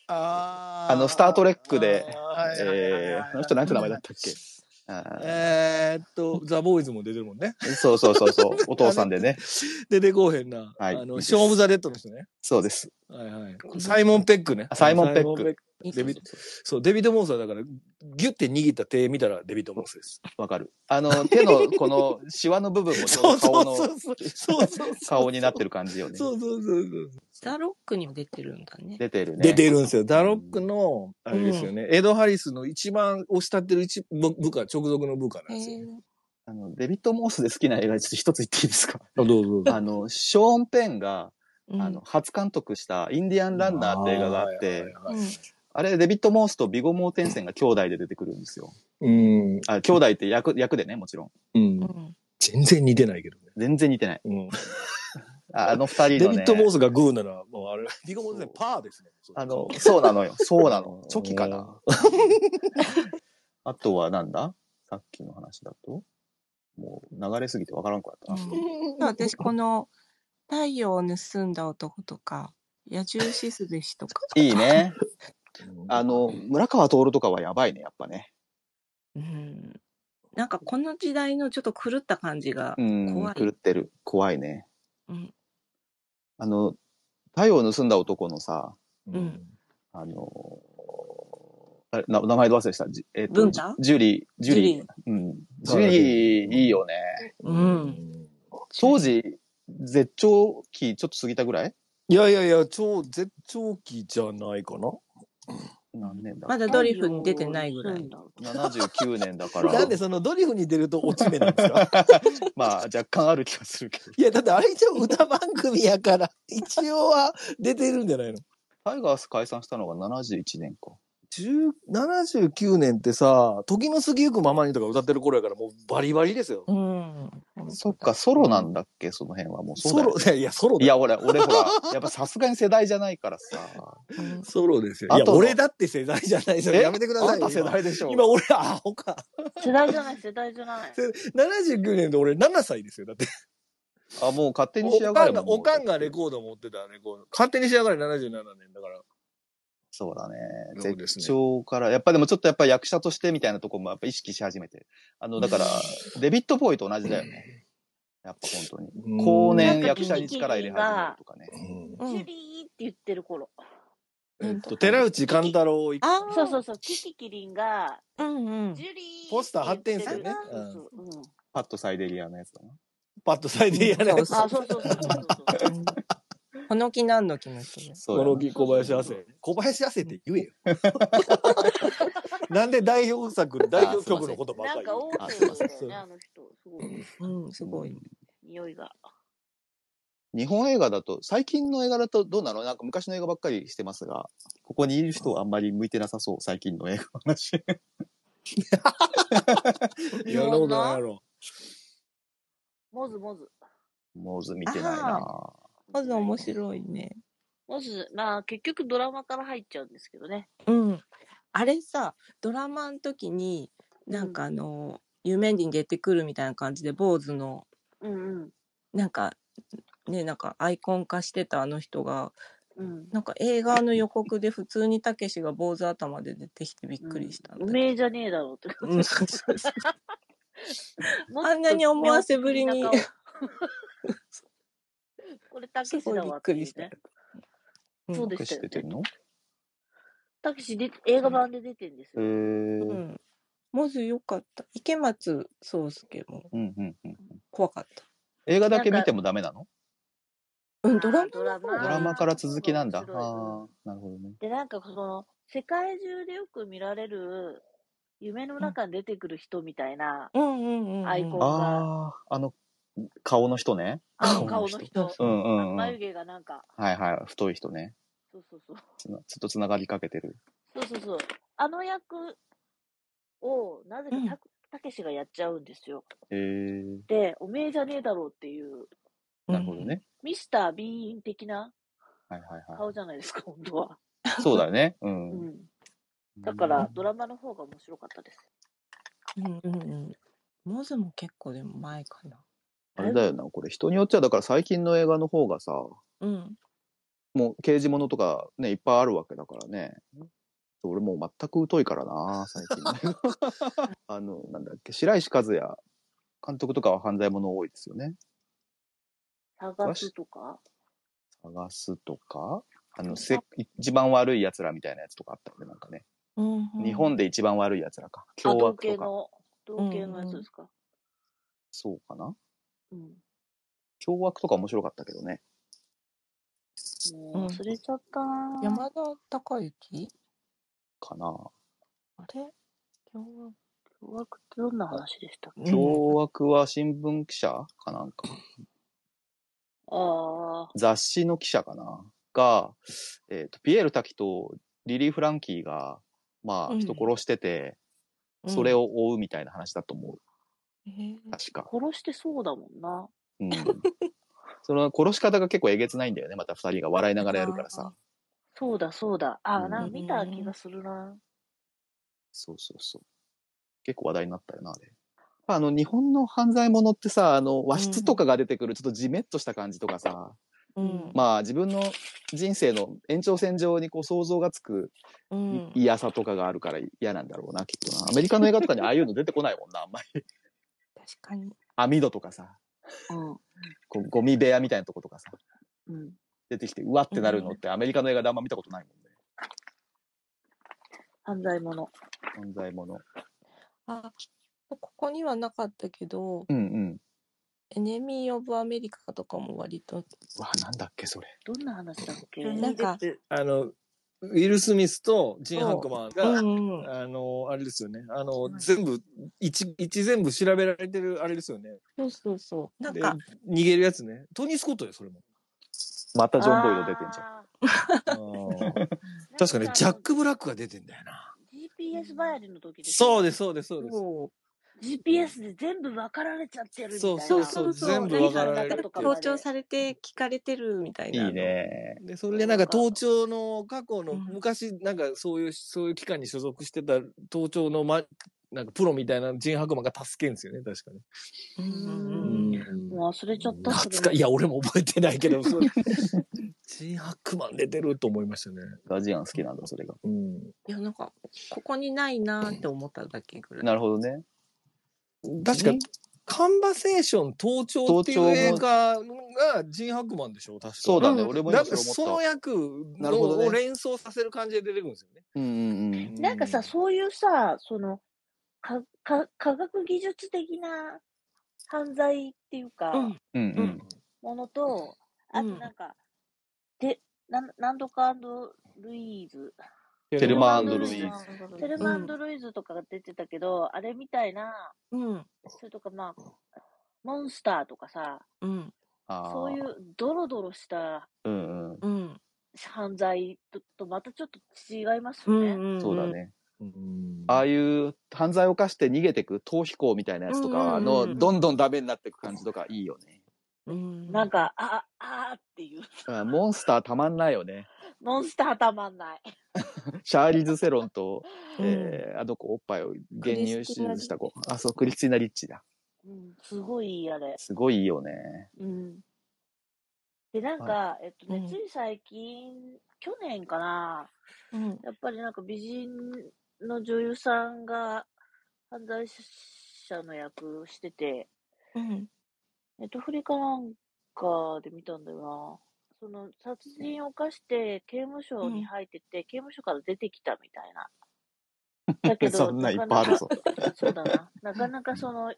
Speaker 3: あ
Speaker 2: あの、スター・トレックで、
Speaker 3: ーはいはいはい
Speaker 2: え
Speaker 3: はい
Speaker 2: ー、あの人なんて名前だったっけあー
Speaker 3: えーっと、ザ・ボーイズも出てるもんね。
Speaker 2: そうそうそう そう、お父さんでね。
Speaker 3: 出てこうへんな。
Speaker 2: はい
Speaker 3: あの、ショーン・オブ・ザ・レッドの人ね。
Speaker 2: そうです。
Speaker 3: はいはい。サイモン・ペックね。
Speaker 2: サイモンペック
Speaker 3: デビそう、デビッド・モースはだから、ギュッて握った手見たらデビッド・モースです。
Speaker 2: わかる。あの、手のこのシワの部分もちょうど顔の
Speaker 3: そう。そうそう。
Speaker 2: 顔になってる感じよね。
Speaker 3: そうそうそうそう。
Speaker 5: ザ・ロックにも出てるんだね。
Speaker 2: 出てるね。
Speaker 3: 出てるんですよ。ダロックの、あれですよね、エド・ハリスの一番押し立ってる一部部下、直属の部下なんですよ、ね。
Speaker 2: あの、デビッド・モースで好きな映画、ちょっと一つ言っていいですか
Speaker 3: あどうぞどう
Speaker 2: あの、ショーン・ペンが、
Speaker 6: うん
Speaker 2: あの、初監督したインディアン・ランナーって映画があって、
Speaker 3: はいはいはい
Speaker 2: あれ、デビッド・モースとビゴ・モーテンセンが兄弟で出てくるんですよ。
Speaker 3: うん。
Speaker 2: あ、兄弟って役、役でね、もちろ
Speaker 3: う
Speaker 2: ん。
Speaker 3: ん。全然似てないけどね。
Speaker 2: 全然似てない。
Speaker 3: うん。
Speaker 2: ああの二人
Speaker 3: デ
Speaker 2: の、
Speaker 3: ビ
Speaker 2: ね。
Speaker 3: ッド・モースがグーなら、もうあれ、ビッグモースね、パーですね。
Speaker 2: あの、そうなのよ。そうな の。チョキかな。あとはなんださっきの話だともう流れすぎてわからんくなったな。
Speaker 5: 私、この、太陽を盗んだ男とか、野獣シス弟子と か。
Speaker 2: いいね。あの、村川徹とかはやばいね、やっぱね。
Speaker 5: うん。なんかこの時代のちょっと狂った感じが
Speaker 2: う、ん
Speaker 5: 怖、い
Speaker 2: 狂ってる。怖いね。
Speaker 5: うん。
Speaker 2: あの、太陽を盗んだ男のさ、
Speaker 5: うん
Speaker 2: あのーあれな名前ど忘れした。じえっと
Speaker 5: 文太
Speaker 2: ジュリー、ジュリ
Speaker 5: ジュリ
Speaker 2: ー。うん。ジュリー、いいよね。
Speaker 5: うん。
Speaker 2: 当時、絶頂期ちょっと過ぎたぐらい
Speaker 3: いやいやいや、超絶頂期じゃないかな。
Speaker 2: 何年だ
Speaker 5: まだドリフに出てないぐらい。
Speaker 2: 79年だから。
Speaker 3: なんでそのドリフに出ると落ち目なんですか
Speaker 2: まあ、若干ある気がするけど。
Speaker 3: いや、だってあれ一応歌番組やから、 一応は出てるんじゃないの
Speaker 2: タイガース解散したのが71年か。
Speaker 3: 10 79年ってさ、時の過ぎゆくままにとか歌ってる頃やからもうバリバリですよ。
Speaker 5: うん。
Speaker 2: そっか、ソロなんだっけその辺はもうそう
Speaker 3: ソロ、
Speaker 2: だよね、
Speaker 3: いや、ソロだ
Speaker 2: いや、俺、俺ほら、やっぱさすがに世代じゃないか らさ。
Speaker 3: ソロですよ。
Speaker 2: あ
Speaker 3: い
Speaker 2: と
Speaker 3: や、俺だって世代じゃないですよ。
Speaker 2: え
Speaker 3: やめてくだ
Speaker 2: あ
Speaker 3: さ
Speaker 2: ん
Speaker 3: いよ。
Speaker 2: た世
Speaker 3: 今
Speaker 2: 代でしょ。
Speaker 3: 今俺、アホか。
Speaker 6: 世代じゃない世代じ ゃない。
Speaker 3: 79年で俺7歳ですよ。だって。
Speaker 2: あ、もう勝手に
Speaker 3: お
Speaker 2: しやが
Speaker 3: か
Speaker 2: れ
Speaker 3: んが、おかんがレコード持ってたレコード。勝手に仕上がれ77年だから。
Speaker 2: そうだね。
Speaker 3: そうです
Speaker 2: 絶
Speaker 3: ね
Speaker 2: 頂から、やっぱでもちょっとやっぱ役者としてみたいなとこもやっぱ意識し始めて。あの、だから、デビット・ボーイと同じだよね。やっぱ本当に。後年役者に力入れ始めるとかね。
Speaker 3: うん。
Speaker 6: ジュリーって言ってる頃。
Speaker 3: えっと、寺内勘太郎を一
Speaker 5: あ
Speaker 6: そうそうそう、キキキリンが、
Speaker 5: う。うんうん
Speaker 6: ジ。ュリー
Speaker 3: ポスター貼ってんすよね
Speaker 6: って言ってるそうそううん
Speaker 2: パッとサイデリアのやつだな。
Speaker 3: パッと咲いてやら
Speaker 5: そう
Speaker 6: あ、そうそうそうそうそう。
Speaker 5: この木何の木の木で す。
Speaker 2: そう
Speaker 3: こ
Speaker 2: やな
Speaker 3: の木小林亜生。小林亜生って言えよ。 なんで代表作、代表曲のことばっか
Speaker 6: なん
Speaker 3: り
Speaker 6: か
Speaker 3: 言う
Speaker 6: 大手だよね、あの人。すごい。
Speaker 5: うん、すごい。
Speaker 6: 匂いが。
Speaker 2: 日本映画だと、最近の映画だとどうなのなんか昔の映画ばっかりしてますが、ここにいる人はあんまり向いてなさそう、最近の映画の話。
Speaker 3: いや、そんなことないやろ。
Speaker 6: モズモズ。
Speaker 2: モーズ見てないな
Speaker 5: まず面白いね。
Speaker 6: モズ、まあ結局ドラマから入っちゃうんですけどね。
Speaker 5: うん。あれさ、ドラマの時に、なんかあの、有名人出てくるみたいな感じで、坊主の、
Speaker 6: うんうん。
Speaker 5: なんか、ね、なんかアイコン化してたあの人が、
Speaker 7: うん
Speaker 5: なんか映画の予告で普通にたけしが坊主頭で出てきてびっくりしたんだ
Speaker 7: う
Speaker 5: けど
Speaker 7: めえじゃねえだろうってこと
Speaker 5: うんあんなに思わせぶりに
Speaker 7: もっと田舎 をこれたけ
Speaker 5: す
Speaker 7: し
Speaker 5: ごい
Speaker 7: だ
Speaker 5: び
Speaker 7: わ
Speaker 5: っ
Speaker 7: って
Speaker 5: く
Speaker 7: い
Speaker 5: り
Speaker 7: う
Speaker 5: し
Speaker 7: ね
Speaker 5: た。うん
Speaker 7: そうで
Speaker 2: 隠
Speaker 7: した
Speaker 2: し
Speaker 7: よ
Speaker 2: ててん
Speaker 7: ね。
Speaker 2: の
Speaker 7: たけしで映画版で出てんです
Speaker 2: へえう
Speaker 5: う
Speaker 7: よ。
Speaker 2: ん
Speaker 5: んまず良かった池松壮亮も
Speaker 2: うんうん。
Speaker 5: 怖かった
Speaker 2: 映画だけ見てもダメなの
Speaker 5: うんドラ
Speaker 7: あードラ
Speaker 5: マ
Speaker 7: マ
Speaker 5: の
Speaker 7: ー
Speaker 5: 方
Speaker 2: ド
Speaker 5: が
Speaker 2: ラマから続きなんだ。あ
Speaker 7: 面
Speaker 2: あ
Speaker 7: 白いうん
Speaker 2: ー、なるほどね。
Speaker 7: で、なんかその、世界中でよく見られる、夢の中に出てくる人みたいな、
Speaker 5: うんうんうんうん
Speaker 7: アイコン
Speaker 2: ああ、あの、顔の人ね。
Speaker 7: あの
Speaker 2: 顔
Speaker 7: 顔
Speaker 2: の
Speaker 7: の
Speaker 2: 人
Speaker 7: 人、
Speaker 2: うんうんうん。は
Speaker 7: 眉
Speaker 2: い
Speaker 7: 毛がなんか、
Speaker 2: はい、太い人ね。
Speaker 7: そうそうそう。
Speaker 2: つなずっとつながりかけてる。
Speaker 7: そうそうそう。あの役を、なぜか
Speaker 5: うん
Speaker 7: たたけしがやっちゃうんですよ。
Speaker 2: へえ、
Speaker 7: で、おめえじゃねえだろうっていう、
Speaker 2: なるほどね。
Speaker 7: ミスター・ビーン的な
Speaker 2: はいはいは
Speaker 7: 顔じゃないですか、本当は。
Speaker 2: い。そうだよね。う。
Speaker 7: うんん。だから、ドラマの方が面白かったです。
Speaker 5: うんうんうんモズも結構でも前かな
Speaker 2: あれだよな、これ人によっちゃ、だから最近の映画の方がさ、
Speaker 5: うん
Speaker 2: もう刑事ものとかね、いっぱいあるわけだからね。俺もう全く疎いからな、最近の 映画。あの、だっけ、白石和也監督とかは犯罪もの多いですよね。
Speaker 7: 探すとか、
Speaker 2: 探すとか、あの、せ一番悪い奴らみたいなやつとかあったよね、なんかね。
Speaker 5: うんうん
Speaker 2: 日本で一番悪い奴らか。
Speaker 7: あ、
Speaker 2: 凶
Speaker 7: 同
Speaker 2: 悪
Speaker 7: 系
Speaker 2: とか。
Speaker 7: の、同系のやつですか。
Speaker 2: そうかな。
Speaker 7: うん。
Speaker 2: 凶悪とか面白かったけどね。
Speaker 7: もう忘れちゃったなぁ
Speaker 5: 山田孝之
Speaker 2: かな。
Speaker 5: あれ今日は
Speaker 7: 凶悪ってどんな話でしたっけ
Speaker 2: 凶悪は新聞記者かなんか。
Speaker 7: ああ、
Speaker 2: 雑誌の記者かなが、えっ、と、ピエール滝とリリー・フランキーが、ま
Speaker 5: う
Speaker 2: あ、
Speaker 5: ん
Speaker 2: 人殺してて、それを追うみたいな話だと思う。確か。
Speaker 7: 殺してそうだもんな。
Speaker 2: うん。その殺し方が結構えげつないんだよね。また二人が笑いながらやるからさ。
Speaker 7: そうだそうだ。あ
Speaker 2: う
Speaker 7: あ、
Speaker 2: ん
Speaker 7: なんか見た気がするな。
Speaker 2: そうそうそう。結構話題になったよな、あれ。あの、日本の犯罪者ってさ、あの、和室とかが出てくる、ちょっとジメッとした感じとかさ、
Speaker 5: うん
Speaker 2: まあ自分の人生の延長線上にこう想像がつく
Speaker 5: うん
Speaker 2: 嫌さとかがあるから嫌なんだろうな、きっとな。アメリカの映画とかにああいうの出てこないもんな、あんまり。
Speaker 5: 確かに
Speaker 2: 網戸とかさ、こうゴミ部屋みたいなとことかさ、
Speaker 7: うん。うん。
Speaker 2: 出てきて、うわってなるのってアメリカの映画であんま見たことないもんね。
Speaker 7: 犯罪者。
Speaker 2: 犯罪者。
Speaker 5: あここにはなかったけど
Speaker 2: うんうん。
Speaker 5: エネミー・オブ・アメリカとかも割と
Speaker 2: うわ、なんだっけ、それ。
Speaker 7: どんな話だっけ
Speaker 5: んなんか
Speaker 3: あの、ウィル・スミスとジン・ハックマン
Speaker 5: う
Speaker 3: が、
Speaker 5: ん うん
Speaker 3: あの、あれですよね。あの、全部、一、一全部調べられてるあれですよね。
Speaker 5: そうそうそうなん
Speaker 3: で、
Speaker 5: か
Speaker 3: 逃げるやつね。トニー・スコットよ、 それも。
Speaker 2: またジョン・ボイド出てんじゃん。
Speaker 7: ゃん。
Speaker 3: 確かね、ジャック・ブラックが
Speaker 7: で。
Speaker 3: 出てんだよな。
Speaker 7: GPS バイアリの時ですよ
Speaker 3: そう
Speaker 7: ね
Speaker 3: です、そうです、そうです。
Speaker 5: そう
Speaker 7: GPS で全部分かられちゃってるみたいな。
Speaker 5: そうそうそう
Speaker 3: 全部わかられる
Speaker 7: 何さんだ
Speaker 3: っ
Speaker 7: か
Speaker 3: て
Speaker 7: とか
Speaker 3: いう
Speaker 7: ま
Speaker 5: 盗
Speaker 7: で
Speaker 5: 聴されて聞かれてるみたいないの
Speaker 2: いね。
Speaker 3: で、それでなんか
Speaker 7: そ
Speaker 3: 盗
Speaker 7: うか
Speaker 3: 聴の過去
Speaker 5: う
Speaker 3: の
Speaker 5: ん
Speaker 3: 昔なんかそういう、そういう機関に所属してた盗聴のま、なんかプロみたいなジン・ハクマンが助けんですよね、確かね。
Speaker 5: うんうん
Speaker 7: う
Speaker 5: うん
Speaker 3: うん
Speaker 7: もう忘れちゃった。
Speaker 3: 懐かいや、俺も覚えてないけど、そう ジン・ハックマン出てると思いましたね。
Speaker 2: ガジアン好きなんだ、それが。
Speaker 3: うん。
Speaker 5: いやなんかここにないなーって思っただけぐらい
Speaker 2: なるほどね。
Speaker 3: 確か、カンバセーション盗聴っていう映画がジン・ハクマンでしょ確か。
Speaker 2: そうだね、
Speaker 7: うん
Speaker 2: 俺も
Speaker 3: だ
Speaker 2: 今
Speaker 3: っ
Speaker 2: そ
Speaker 3: て
Speaker 2: れ
Speaker 3: そ
Speaker 2: 思
Speaker 3: の
Speaker 2: っ
Speaker 3: 役
Speaker 2: なるほど
Speaker 3: の
Speaker 2: ね
Speaker 3: を連想させる感じで出てくるんですよね。
Speaker 2: た。うんうんうん。
Speaker 7: なんかさ、そういうさ、その、か、か、科学技術的な犯罪っていうか、
Speaker 5: うん
Speaker 2: うんうん。
Speaker 7: ものと、あと
Speaker 5: うん
Speaker 7: なんか、で、なん、なんとかルイーズ。
Speaker 2: テルマル
Speaker 7: テル
Speaker 2: イ
Speaker 7: マ
Speaker 2: ーズ
Speaker 7: ズ。テルマルイーズとかが出てたけど、あれみたいな、
Speaker 5: うん
Speaker 7: それとかまあ、モンスターとかさ、
Speaker 5: うん
Speaker 2: ああ。
Speaker 7: そういうドロドロした
Speaker 2: うんうん。
Speaker 5: うん
Speaker 7: 犯罪ととまたちょっと違います
Speaker 5: う
Speaker 7: よ
Speaker 5: ん
Speaker 7: ね。
Speaker 5: ん
Speaker 2: そうだね。
Speaker 3: うん
Speaker 2: ああいう犯罪を犯して逃げてく逃避行みたいなやつとか
Speaker 5: うんうんうんう
Speaker 2: の、
Speaker 5: ん
Speaker 2: どんどんダメになってく感じとかいいよね。
Speaker 5: うん
Speaker 7: なんか、あ、あーっていう。
Speaker 2: うんモンスターたまんないよね。
Speaker 7: モンスターたまんない。
Speaker 2: シャーリーズ・セロンと、
Speaker 5: うん
Speaker 2: えー、あの子おっぱいを原乳手
Speaker 5: クリスティナ
Speaker 2: 術した子。あ、そう、クリスティナ・リッチだ。
Speaker 7: うん、すごいいいあれ。
Speaker 2: すごいいいよね。
Speaker 7: うん。で、なんか、えっと
Speaker 6: うん
Speaker 7: ね、つい最近、去年かな、
Speaker 6: うん。
Speaker 7: やっぱりなんか美人の女優さんが犯罪者の役をしてて、
Speaker 6: うん。
Speaker 7: ネットフリかなんかで見たんだよな。その、殺人を犯して刑務所に入ってて、刑務所から出てきたみた いな。だけど、
Speaker 2: そんなんいっぱいあるぞ。
Speaker 7: そうだな。なかなかその、
Speaker 6: うん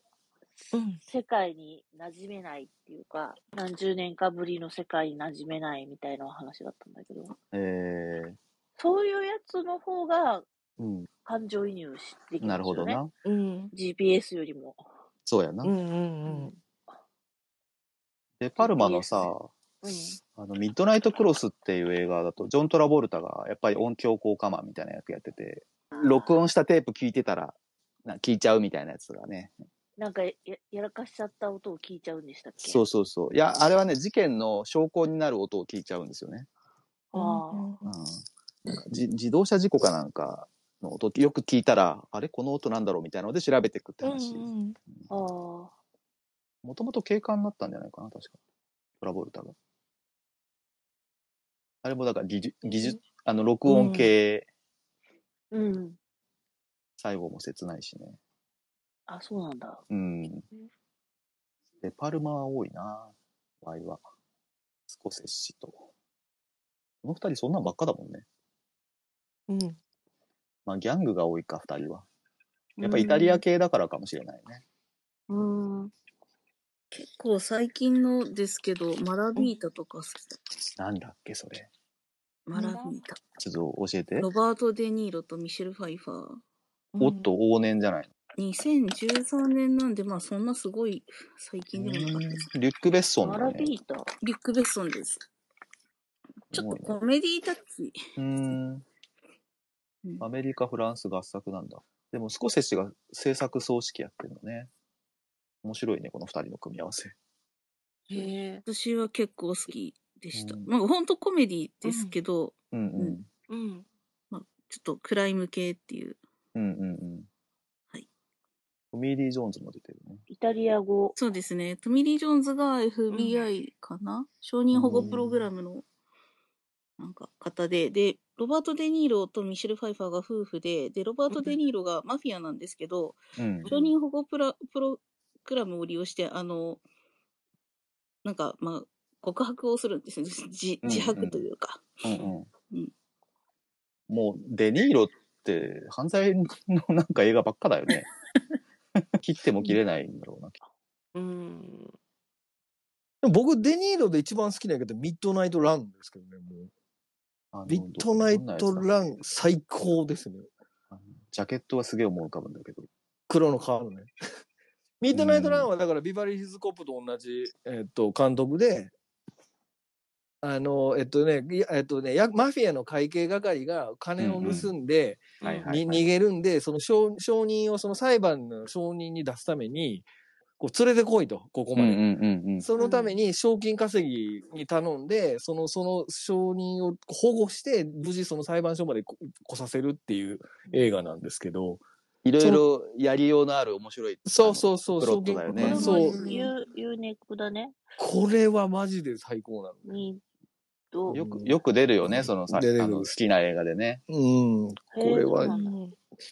Speaker 7: 世界に馴染めないっていうか、何十年かぶりの世界に馴染めないみたいなお話だったんだけど、
Speaker 2: えー、
Speaker 7: そういうやつの方が
Speaker 2: うん、
Speaker 7: 感情移入しでき
Speaker 2: な
Speaker 7: ますよね。
Speaker 2: るほどな。
Speaker 6: うん。
Speaker 7: GPS よりも。
Speaker 2: そうやな。
Speaker 6: うん。うん。
Speaker 2: で、パルマのさ、
Speaker 7: うん。
Speaker 2: あの、ミッドナイトクロスっていう映画だと、ジョン・トラボルタがやっぱり音響効果マンみたいな役やってて、録音したテープ聞いてたら、な聞いちゃうみたいなやつがね。
Speaker 7: なんかや、やらかしちゃった音を聞いちゃうんでしたっけ
Speaker 2: そうそうそう。いや、あれはね、事件の証拠になる音を聞いちゃうんですよね。
Speaker 7: ああ。
Speaker 2: うん。なんかじ自動車事故かなんかの音、よく聞いたら、あれこの音なんだろうみたいなので調べてくって話。
Speaker 6: うん。
Speaker 7: ああ。
Speaker 2: もともと警官になったんじゃないかな、確か。トラボルタが。あれもだから技術、技術、あの、録音系、
Speaker 7: うん。
Speaker 2: 最後も切ないしね。
Speaker 7: あ、そうなんだ。
Speaker 2: うん。で、パルマは多いな、場合は。スコセッシと。この二人そんなんばっかだもんね。
Speaker 6: うん。
Speaker 2: まあ、ギャングが多いか、二人は。やっぱイタリア系だからかもしれないね。
Speaker 7: うん。
Speaker 6: 結構最近のですけど、マラビータとか好きだ。
Speaker 2: なんだっけ、それ。
Speaker 6: マラビータ。
Speaker 2: ちょっと教えて。
Speaker 6: ロバート・デ・ニーロとミシェル・ファイファー。
Speaker 2: おっと、往年じゃない
Speaker 6: 2013年なんで、まあそんなすごい最近
Speaker 2: の。
Speaker 6: でもなかったです。
Speaker 2: リュック・ベッソン
Speaker 7: マ
Speaker 2: だ
Speaker 7: ラ
Speaker 2: よ
Speaker 7: ビ
Speaker 2: ね。
Speaker 7: ータ。
Speaker 6: リュック・ベッソンです。ちょ
Speaker 2: すご
Speaker 6: っと
Speaker 2: いね
Speaker 6: コメディタッチ。
Speaker 2: うん。
Speaker 6: うん
Speaker 2: アメリカ、フランス合作なんだ。でも、スコセッシが制作総指揮やってるのね。面白いね、この二人の組み合わせ。
Speaker 5: へえ。
Speaker 6: 私は結構好きでした。
Speaker 2: うん
Speaker 6: なんかほんとコメディですけど、
Speaker 2: うんう
Speaker 6: うんん。
Speaker 5: うん。
Speaker 6: ちょっとクライム系っていう。
Speaker 2: うんうんうん。
Speaker 6: はい。
Speaker 2: トミー・リー・ジョーンズも出てるね。
Speaker 7: イタリア語。
Speaker 6: そうですね。トミーリー・ジョーンズが FBI かな、承認保護プログラムの、なんか、方で、で、ロバート・デ・ニーロとミシェル・ファイファーが夫婦で、で、ロバート・デ・ニーロがマフィアなんですけど、
Speaker 2: うん。
Speaker 6: 承認保護プラプログラムを利用して、あの、なんか、まあ、告白をするん ですね。自自白というか。
Speaker 2: うんうん
Speaker 6: うん
Speaker 2: もう、デ・ニーロって犯罪のなんか映画ばっかだよね。切っても切れないんだろうな。
Speaker 5: うん。
Speaker 3: でも僕、デニーロで一番好きなけど、ミッドナイトランですけどね、もう。
Speaker 2: あの
Speaker 3: ミッドナイトラン、。最高ですね。
Speaker 2: どジャケットはすげえ思い浮かぶんだけど。
Speaker 3: 黒のカードね。 ミッドナイトランはだからビバリーヒルズコップと同じ、えっと、監督で、あの、えっとね、いえっとね、やマフィアの会計係が金を盗んで、
Speaker 5: うん
Speaker 2: はいは
Speaker 3: に
Speaker 2: い、はい。
Speaker 3: 逃げるんで、その証証人を、その裁判の証人に出すために、こう連れてこいと、ここ
Speaker 2: うん
Speaker 3: ま
Speaker 2: う
Speaker 3: で。
Speaker 2: んうんうん。
Speaker 3: そのために賞金稼ぎに頼んで、その、その証人を保護して、無事その裁判所までこ来させるっていう映画なんですけど。
Speaker 2: いろいろやりようのある面白い。
Speaker 3: そうそうそう、
Speaker 2: プロットだよ
Speaker 7: こ
Speaker 2: ね
Speaker 7: れ
Speaker 3: 賞金
Speaker 7: も
Speaker 3: そう。
Speaker 7: ユユーネクだね。
Speaker 3: これはマジで最高なの。
Speaker 7: に、ど
Speaker 2: よ
Speaker 3: う
Speaker 2: く、
Speaker 3: ん
Speaker 2: よく出るよね、そのさ、あ
Speaker 3: 出てくる
Speaker 2: の好きな映画でね。
Speaker 3: うん。これ
Speaker 7: へーそうな
Speaker 3: は
Speaker 7: ん、だ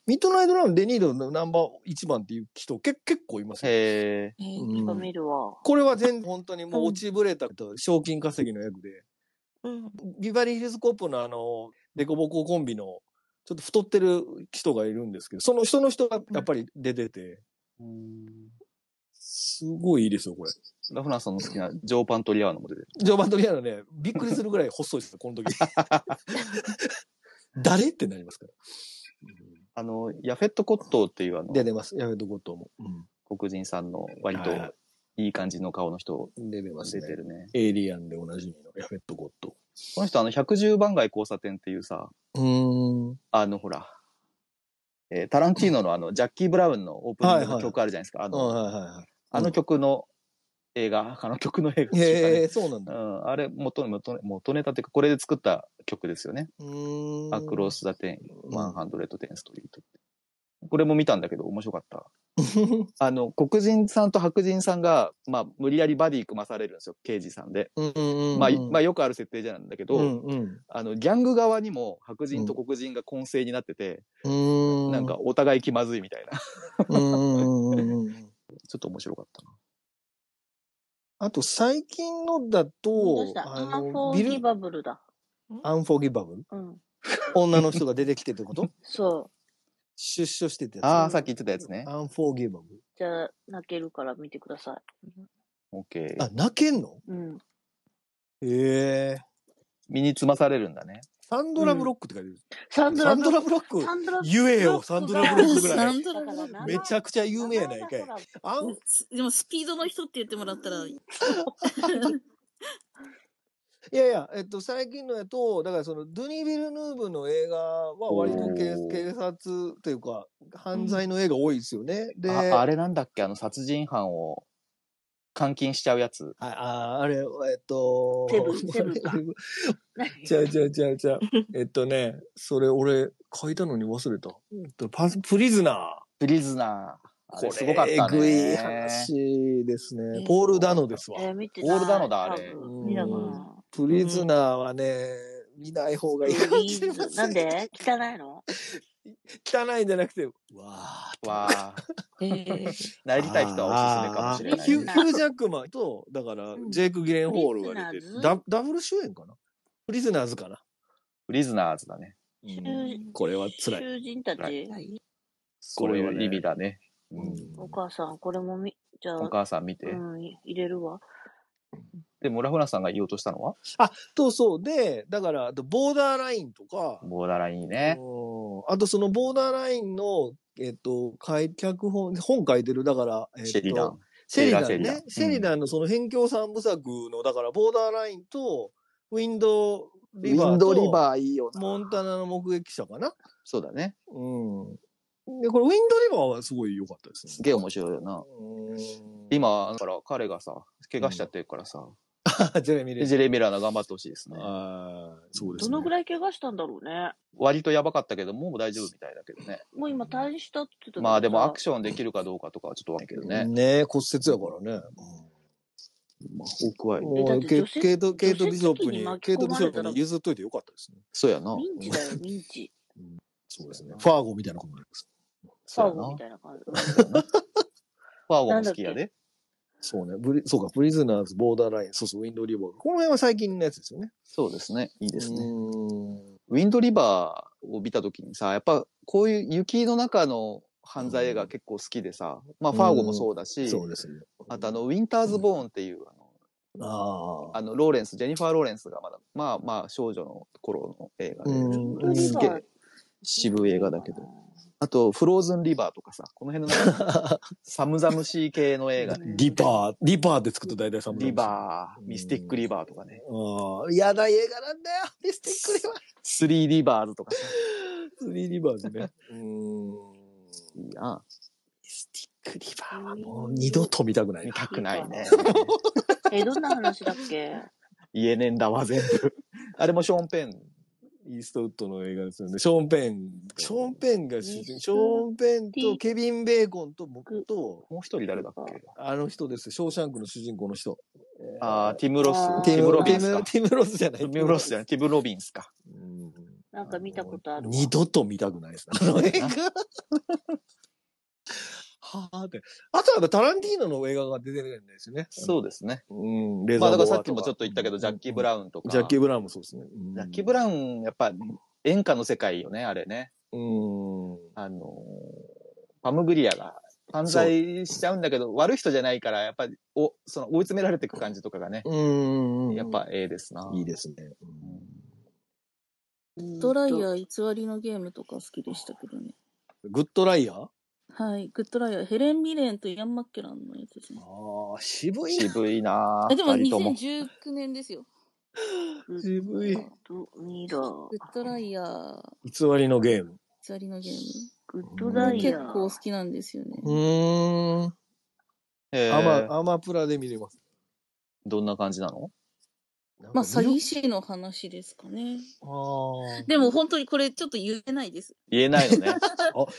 Speaker 3: ミッドナイトラン、デニードのナンバー1番っていう人け結構いますよ。
Speaker 2: へえ。
Speaker 5: へえ
Speaker 3: う
Speaker 7: うんん。見るわ。
Speaker 3: これは全本当にもう落ちぶれたと賞金稼ぎの役で、
Speaker 5: うん。
Speaker 3: ビバリーヒルズコップのあの、デコボココンビの、ちょっと太ってる人がいるんですけど、その人の人がやっぱり出てて、すごいいいですよ、これ。
Speaker 2: ラフナーさんの好きなジョー・パントリアーノも出てる。
Speaker 3: ジョーバントリアのね、びっくりするぐらい細いですよ、この時。誰ってなりますから。
Speaker 2: あの、ヤフェット・コットーっていうあの、
Speaker 3: 出てます。やめとこうと思う。うん
Speaker 2: 黒人さんの割と
Speaker 3: はい
Speaker 2: いい感じの顔の人
Speaker 3: 出てます
Speaker 2: 出
Speaker 3: ね
Speaker 2: て。るね。
Speaker 3: エイリアンでおなじみのヤフェット・ゴッド。
Speaker 2: この人あの110番街交差点っていうさ、
Speaker 3: うーん。
Speaker 2: あのほら、えータランティーノのあのジャッキー・ブラウンのオープニングの曲あるじゃないですか。
Speaker 3: はい
Speaker 2: あの、
Speaker 3: はいはい。
Speaker 2: あの曲の映画、あの曲の映画っていうかね
Speaker 3: へえ、そうなん
Speaker 2: う
Speaker 3: だ。
Speaker 2: ん、あれ元、元、元ネタっていうか、これで作った曲ですよね。
Speaker 3: うーん
Speaker 2: アクロス・ザ・テン、
Speaker 3: うん
Speaker 2: ワンハンドレッド・テン・ストリートって。これも見たんだけど面白かった。あの、黒人さんと白人さんが、まあ、無理やりバディ組まされるんですよ、刑事さんで。まあ、いまあ、よくある設定じゃなんだけど、あの、ギャング側にも白人と黒人が混成になってて、なんかお互い気まずいみたいな。 ちょっと面白かったな。
Speaker 3: あと最近のだ
Speaker 7: 思
Speaker 3: と
Speaker 7: い出し、た。
Speaker 3: あ
Speaker 7: アンフ
Speaker 3: の
Speaker 7: ォ
Speaker 3: ビ
Speaker 7: ーギ
Speaker 3: ル、
Speaker 7: バブルだ。
Speaker 3: アンフォーギバブル
Speaker 7: うん。
Speaker 3: 女の人が出てきてってこと
Speaker 7: そう。
Speaker 3: 出所してってや
Speaker 2: ああ、さっき言ってたやつね
Speaker 3: つ。。アンフォーギバブル。
Speaker 7: じゃあ、泣けるから見てくださ
Speaker 2: OK。
Speaker 3: あ、泣けんの
Speaker 7: い。うん。
Speaker 3: へえ。
Speaker 2: 身につまされるんだね。
Speaker 3: サンドラブロックって書いてる。
Speaker 7: サンド
Speaker 3: サ
Speaker 7: ラ
Speaker 3: ン
Speaker 7: ブ
Speaker 3: ド
Speaker 7: ロ
Speaker 3: ラ
Speaker 7: ッ
Speaker 3: ブロッ
Speaker 7: ク。
Speaker 3: ク
Speaker 7: サンドラブロックが。
Speaker 3: 言えよサンドラブロックぐらい
Speaker 6: サンドラ
Speaker 7: だ
Speaker 6: ブロ
Speaker 7: から
Speaker 6: ック
Speaker 7: 名前
Speaker 3: めちゃくちゃ有名やないかい
Speaker 7: 名前。がほ
Speaker 3: アン、
Speaker 6: すでもスピードの人って言ってもらったら、
Speaker 3: いやいや、えっと、最近のやと、だからその、ドゥニ・ビル・ヌーブの映画は割と警
Speaker 2: おー
Speaker 3: 警察というか、犯罪の映画多いですよね。で、
Speaker 2: ああれなんだっけあの殺人犯を監禁しちゃうやつ。
Speaker 3: あああれ、えっと、
Speaker 7: セブンセブンか ら。
Speaker 3: ちゃうちゃうちゃう ちゃう。えっとね、それ俺、書いたのに忘れた。えっと、パス、プリズナー。
Speaker 2: プリズナー。あ
Speaker 3: こ
Speaker 2: れ
Speaker 3: れ、
Speaker 2: すごかったね。
Speaker 3: えぐい話ですね。
Speaker 6: ね
Speaker 3: ポール・ダノですわ。
Speaker 7: えー、見て
Speaker 2: オールダノだ
Speaker 7: ない
Speaker 2: あれ
Speaker 7: 多分
Speaker 3: うん
Speaker 6: 見たか
Speaker 7: うん
Speaker 6: な。
Speaker 3: プリズナーはね、見ない方がいいかもしれません。
Speaker 7: なんで汚いの
Speaker 3: 汚いんじゃなくて、わーって
Speaker 2: わあ。
Speaker 5: えー
Speaker 2: なりたい人はおすすめかもしれな
Speaker 3: ヒ
Speaker 2: い
Speaker 3: ュ
Speaker 2: ね。
Speaker 3: ヒュー・ジャックマンと、だから、ジェイク・ギレンホールが出て
Speaker 7: う
Speaker 3: る。
Speaker 7: ん
Speaker 3: ダダブル主演かなプリズナーズかな、
Speaker 2: プリズナーズだね。
Speaker 3: う
Speaker 7: 囚
Speaker 3: ん、これは辛い。
Speaker 7: 囚人たち、
Speaker 5: はい
Speaker 2: そ
Speaker 3: こ
Speaker 2: う
Speaker 3: れ
Speaker 2: い
Speaker 3: はね
Speaker 2: う意味だね。う
Speaker 3: うん
Speaker 2: ん、
Speaker 7: お母さん、これもみ、じゃ
Speaker 2: お
Speaker 7: あ、
Speaker 2: 母さん見て。
Speaker 7: うん、入れるわ。
Speaker 2: で、村船さんが言おうとしたのは
Speaker 3: あ、とそうで、だから、あとボーダーラインとか、
Speaker 2: ボーダーラインいいね。
Speaker 3: うんあとそのボーダーラインの、えっと、書い脚本、本書いてる、だから、えっと、
Speaker 2: シェリダン。
Speaker 3: シェリダン
Speaker 2: シェリダン
Speaker 3: ね。シェリダンのその辺境三部作の、だから、ボーダーラインと、ウィンド
Speaker 2: ウ
Speaker 3: リバーと、
Speaker 2: ィンドリバーいいよな。
Speaker 3: モンタナの目撃者かな
Speaker 2: そうだね。
Speaker 3: うん。で、これ、ウィンドリバーはすごい良かったですね。
Speaker 2: すげえ面白いよな。
Speaker 3: うん、
Speaker 2: 今、だから彼がさ、怪我しちゃってるからさ、
Speaker 3: ジェレミーレイ
Speaker 2: ジェレミラーナ頑張ってほしいですね。
Speaker 3: あーそうです
Speaker 7: ど
Speaker 3: ね。
Speaker 7: のぐらい怪我したんだろうね。
Speaker 2: 割とやばかったけど、もう大丈夫みたいだけどね。
Speaker 7: もう今退院したって言ってたけどさ
Speaker 2: まあでもアクションできるかどうかとかはちょっとわかんないけどね。
Speaker 3: ねえ骨折やからね。
Speaker 2: まあ、ホークアイ。
Speaker 3: もう
Speaker 7: だって
Speaker 3: ケ
Speaker 7: 女性
Speaker 3: ケイト、ケイト
Speaker 7: 女性
Speaker 3: ビショップ
Speaker 7: 的に
Speaker 3: に
Speaker 7: 巻、き
Speaker 3: ケイト
Speaker 7: 込
Speaker 3: ビ
Speaker 7: ま
Speaker 3: ショ
Speaker 7: れ
Speaker 3: ップ
Speaker 7: たら
Speaker 3: に譲っといてよかったですね。
Speaker 2: そうやな。
Speaker 7: ミンチだよ、ミンチ。
Speaker 3: そうですね。ファーゴみたいなことになります。
Speaker 7: フ
Speaker 2: そう
Speaker 7: ァ
Speaker 2: や
Speaker 7: ー
Speaker 2: な
Speaker 7: ゴみ。たいな感じ。
Speaker 2: ファーゴも好きやで。
Speaker 3: そうね。ブリ、そうか、プリズナーズ、ボーダーライン、そうそう、ウィンドウリバー。この辺は最近のやつですよね。
Speaker 2: そうですね。いい
Speaker 3: で
Speaker 2: ですね。
Speaker 3: ね。
Speaker 2: ウィンドリバーを見たときにさ、やっぱこういう雪の中の犯罪映画結構好きでさ、まあファーゴもそうだし、
Speaker 3: そうですね。
Speaker 2: あとあの、ウィンターズ・ボーンっていう、あの、
Speaker 3: ああ
Speaker 2: あ。のローレンス、ジェニファー・ローレンスがまだ、まあまあ少女の頃の映画で、
Speaker 3: うん
Speaker 7: ウィンドリ
Speaker 2: す
Speaker 7: バ
Speaker 2: げ
Speaker 7: ー
Speaker 2: え渋い映画だけど。あと、フローズン・リバーとかさ、この辺のなん か寒々しい系の映画ね。
Speaker 3: リバー、リバーで作った大体寒
Speaker 2: リバー、
Speaker 3: うん
Speaker 2: ミスティック・リバーとかね。
Speaker 3: ー。ああ、嫌な映画なんだよ。ミスティックリバー。
Speaker 2: スリー・リバーズとかさ。
Speaker 3: スリーリバーズね。うーん。
Speaker 2: いいな。
Speaker 3: ミスティックリバーはもう
Speaker 7: ウィンド
Speaker 3: 二度と見たくない
Speaker 2: 見
Speaker 3: な。
Speaker 2: たくないね。
Speaker 7: え、どんな話だっけ
Speaker 2: 言えねえんだわ、全部。あれもショーン・ペン。
Speaker 3: イーストウッドの映画ですよね。ショーン・ペン。ショーン・ペンが主
Speaker 7: イー
Speaker 3: 人。
Speaker 7: ス
Speaker 3: シ
Speaker 7: ト
Speaker 3: ョ
Speaker 7: ウッ
Speaker 3: ーン・ペン
Speaker 7: ティ
Speaker 3: とケビン・ベーコンと僕と、
Speaker 2: もう一人誰だっけ
Speaker 3: あの人です。ショーシャンクの主人公の人。
Speaker 2: あーティム・ロス
Speaker 7: あ。ー
Speaker 2: テ
Speaker 3: ティ
Speaker 2: ィム・
Speaker 3: ム・
Speaker 2: ロビ
Speaker 3: テ
Speaker 2: ンス
Speaker 3: ィ
Speaker 2: か
Speaker 3: ム。ティム・ロスじゃない。
Speaker 2: ティム・ロスじゃない。ティム・ロビンスか。
Speaker 3: うん
Speaker 7: なんか見たことあるわ
Speaker 3: 二度と見たくないですね。あの映画。はあって。あとはタランティーノの映画が出てるんですよね。。
Speaker 2: そううですね。
Speaker 3: うん、レザ
Speaker 2: ま
Speaker 3: ー
Speaker 2: あだ
Speaker 3: ボ
Speaker 2: か
Speaker 3: アと
Speaker 2: らさっきもちょっと言ったけど、ジャッキー・ブラウンと
Speaker 3: ウ
Speaker 2: か。
Speaker 3: ジャッキー・ブラウンもそうですね。
Speaker 2: ジャッキー・ブラウン、やっぱ演歌の世界よね、あれね。
Speaker 3: ウン。うん。
Speaker 2: あのーパムグリアが犯罪しちゃうんだけど、悪い人じゃないから、やっぱり、お、その追い詰められていく感じとかがね、
Speaker 3: うん。
Speaker 2: やっぱええですな。
Speaker 3: いいですね。
Speaker 6: ドライヤ
Speaker 7: ー。
Speaker 6: ー偽りのゲームとか好きでしたけどね。
Speaker 3: グッドライヤー
Speaker 6: はい、グッドライヤー。ヘレン・ミレンとイアン・マッケランのやつですね。
Speaker 3: ああ、渋いな。
Speaker 2: 渋いな
Speaker 6: え、でも
Speaker 2: 二人とも。
Speaker 6: 2019年ですよ。
Speaker 3: 渋い。
Speaker 7: とミラー
Speaker 6: グッドライヤー、
Speaker 3: 偽りのゲーム。
Speaker 6: 偽りのゲー
Speaker 7: グッド
Speaker 6: ム。
Speaker 7: ライ
Speaker 6: 結
Speaker 7: ヤー。
Speaker 6: 構好きなんですよね。
Speaker 3: うーん。
Speaker 2: えー
Speaker 3: アマ、アマプラで見れます。
Speaker 2: どんな感じなの
Speaker 6: まあ、詐欺師の話ですかね。
Speaker 3: あ
Speaker 6: でも本当にこれちょっと言えないです。
Speaker 2: 言えない のね。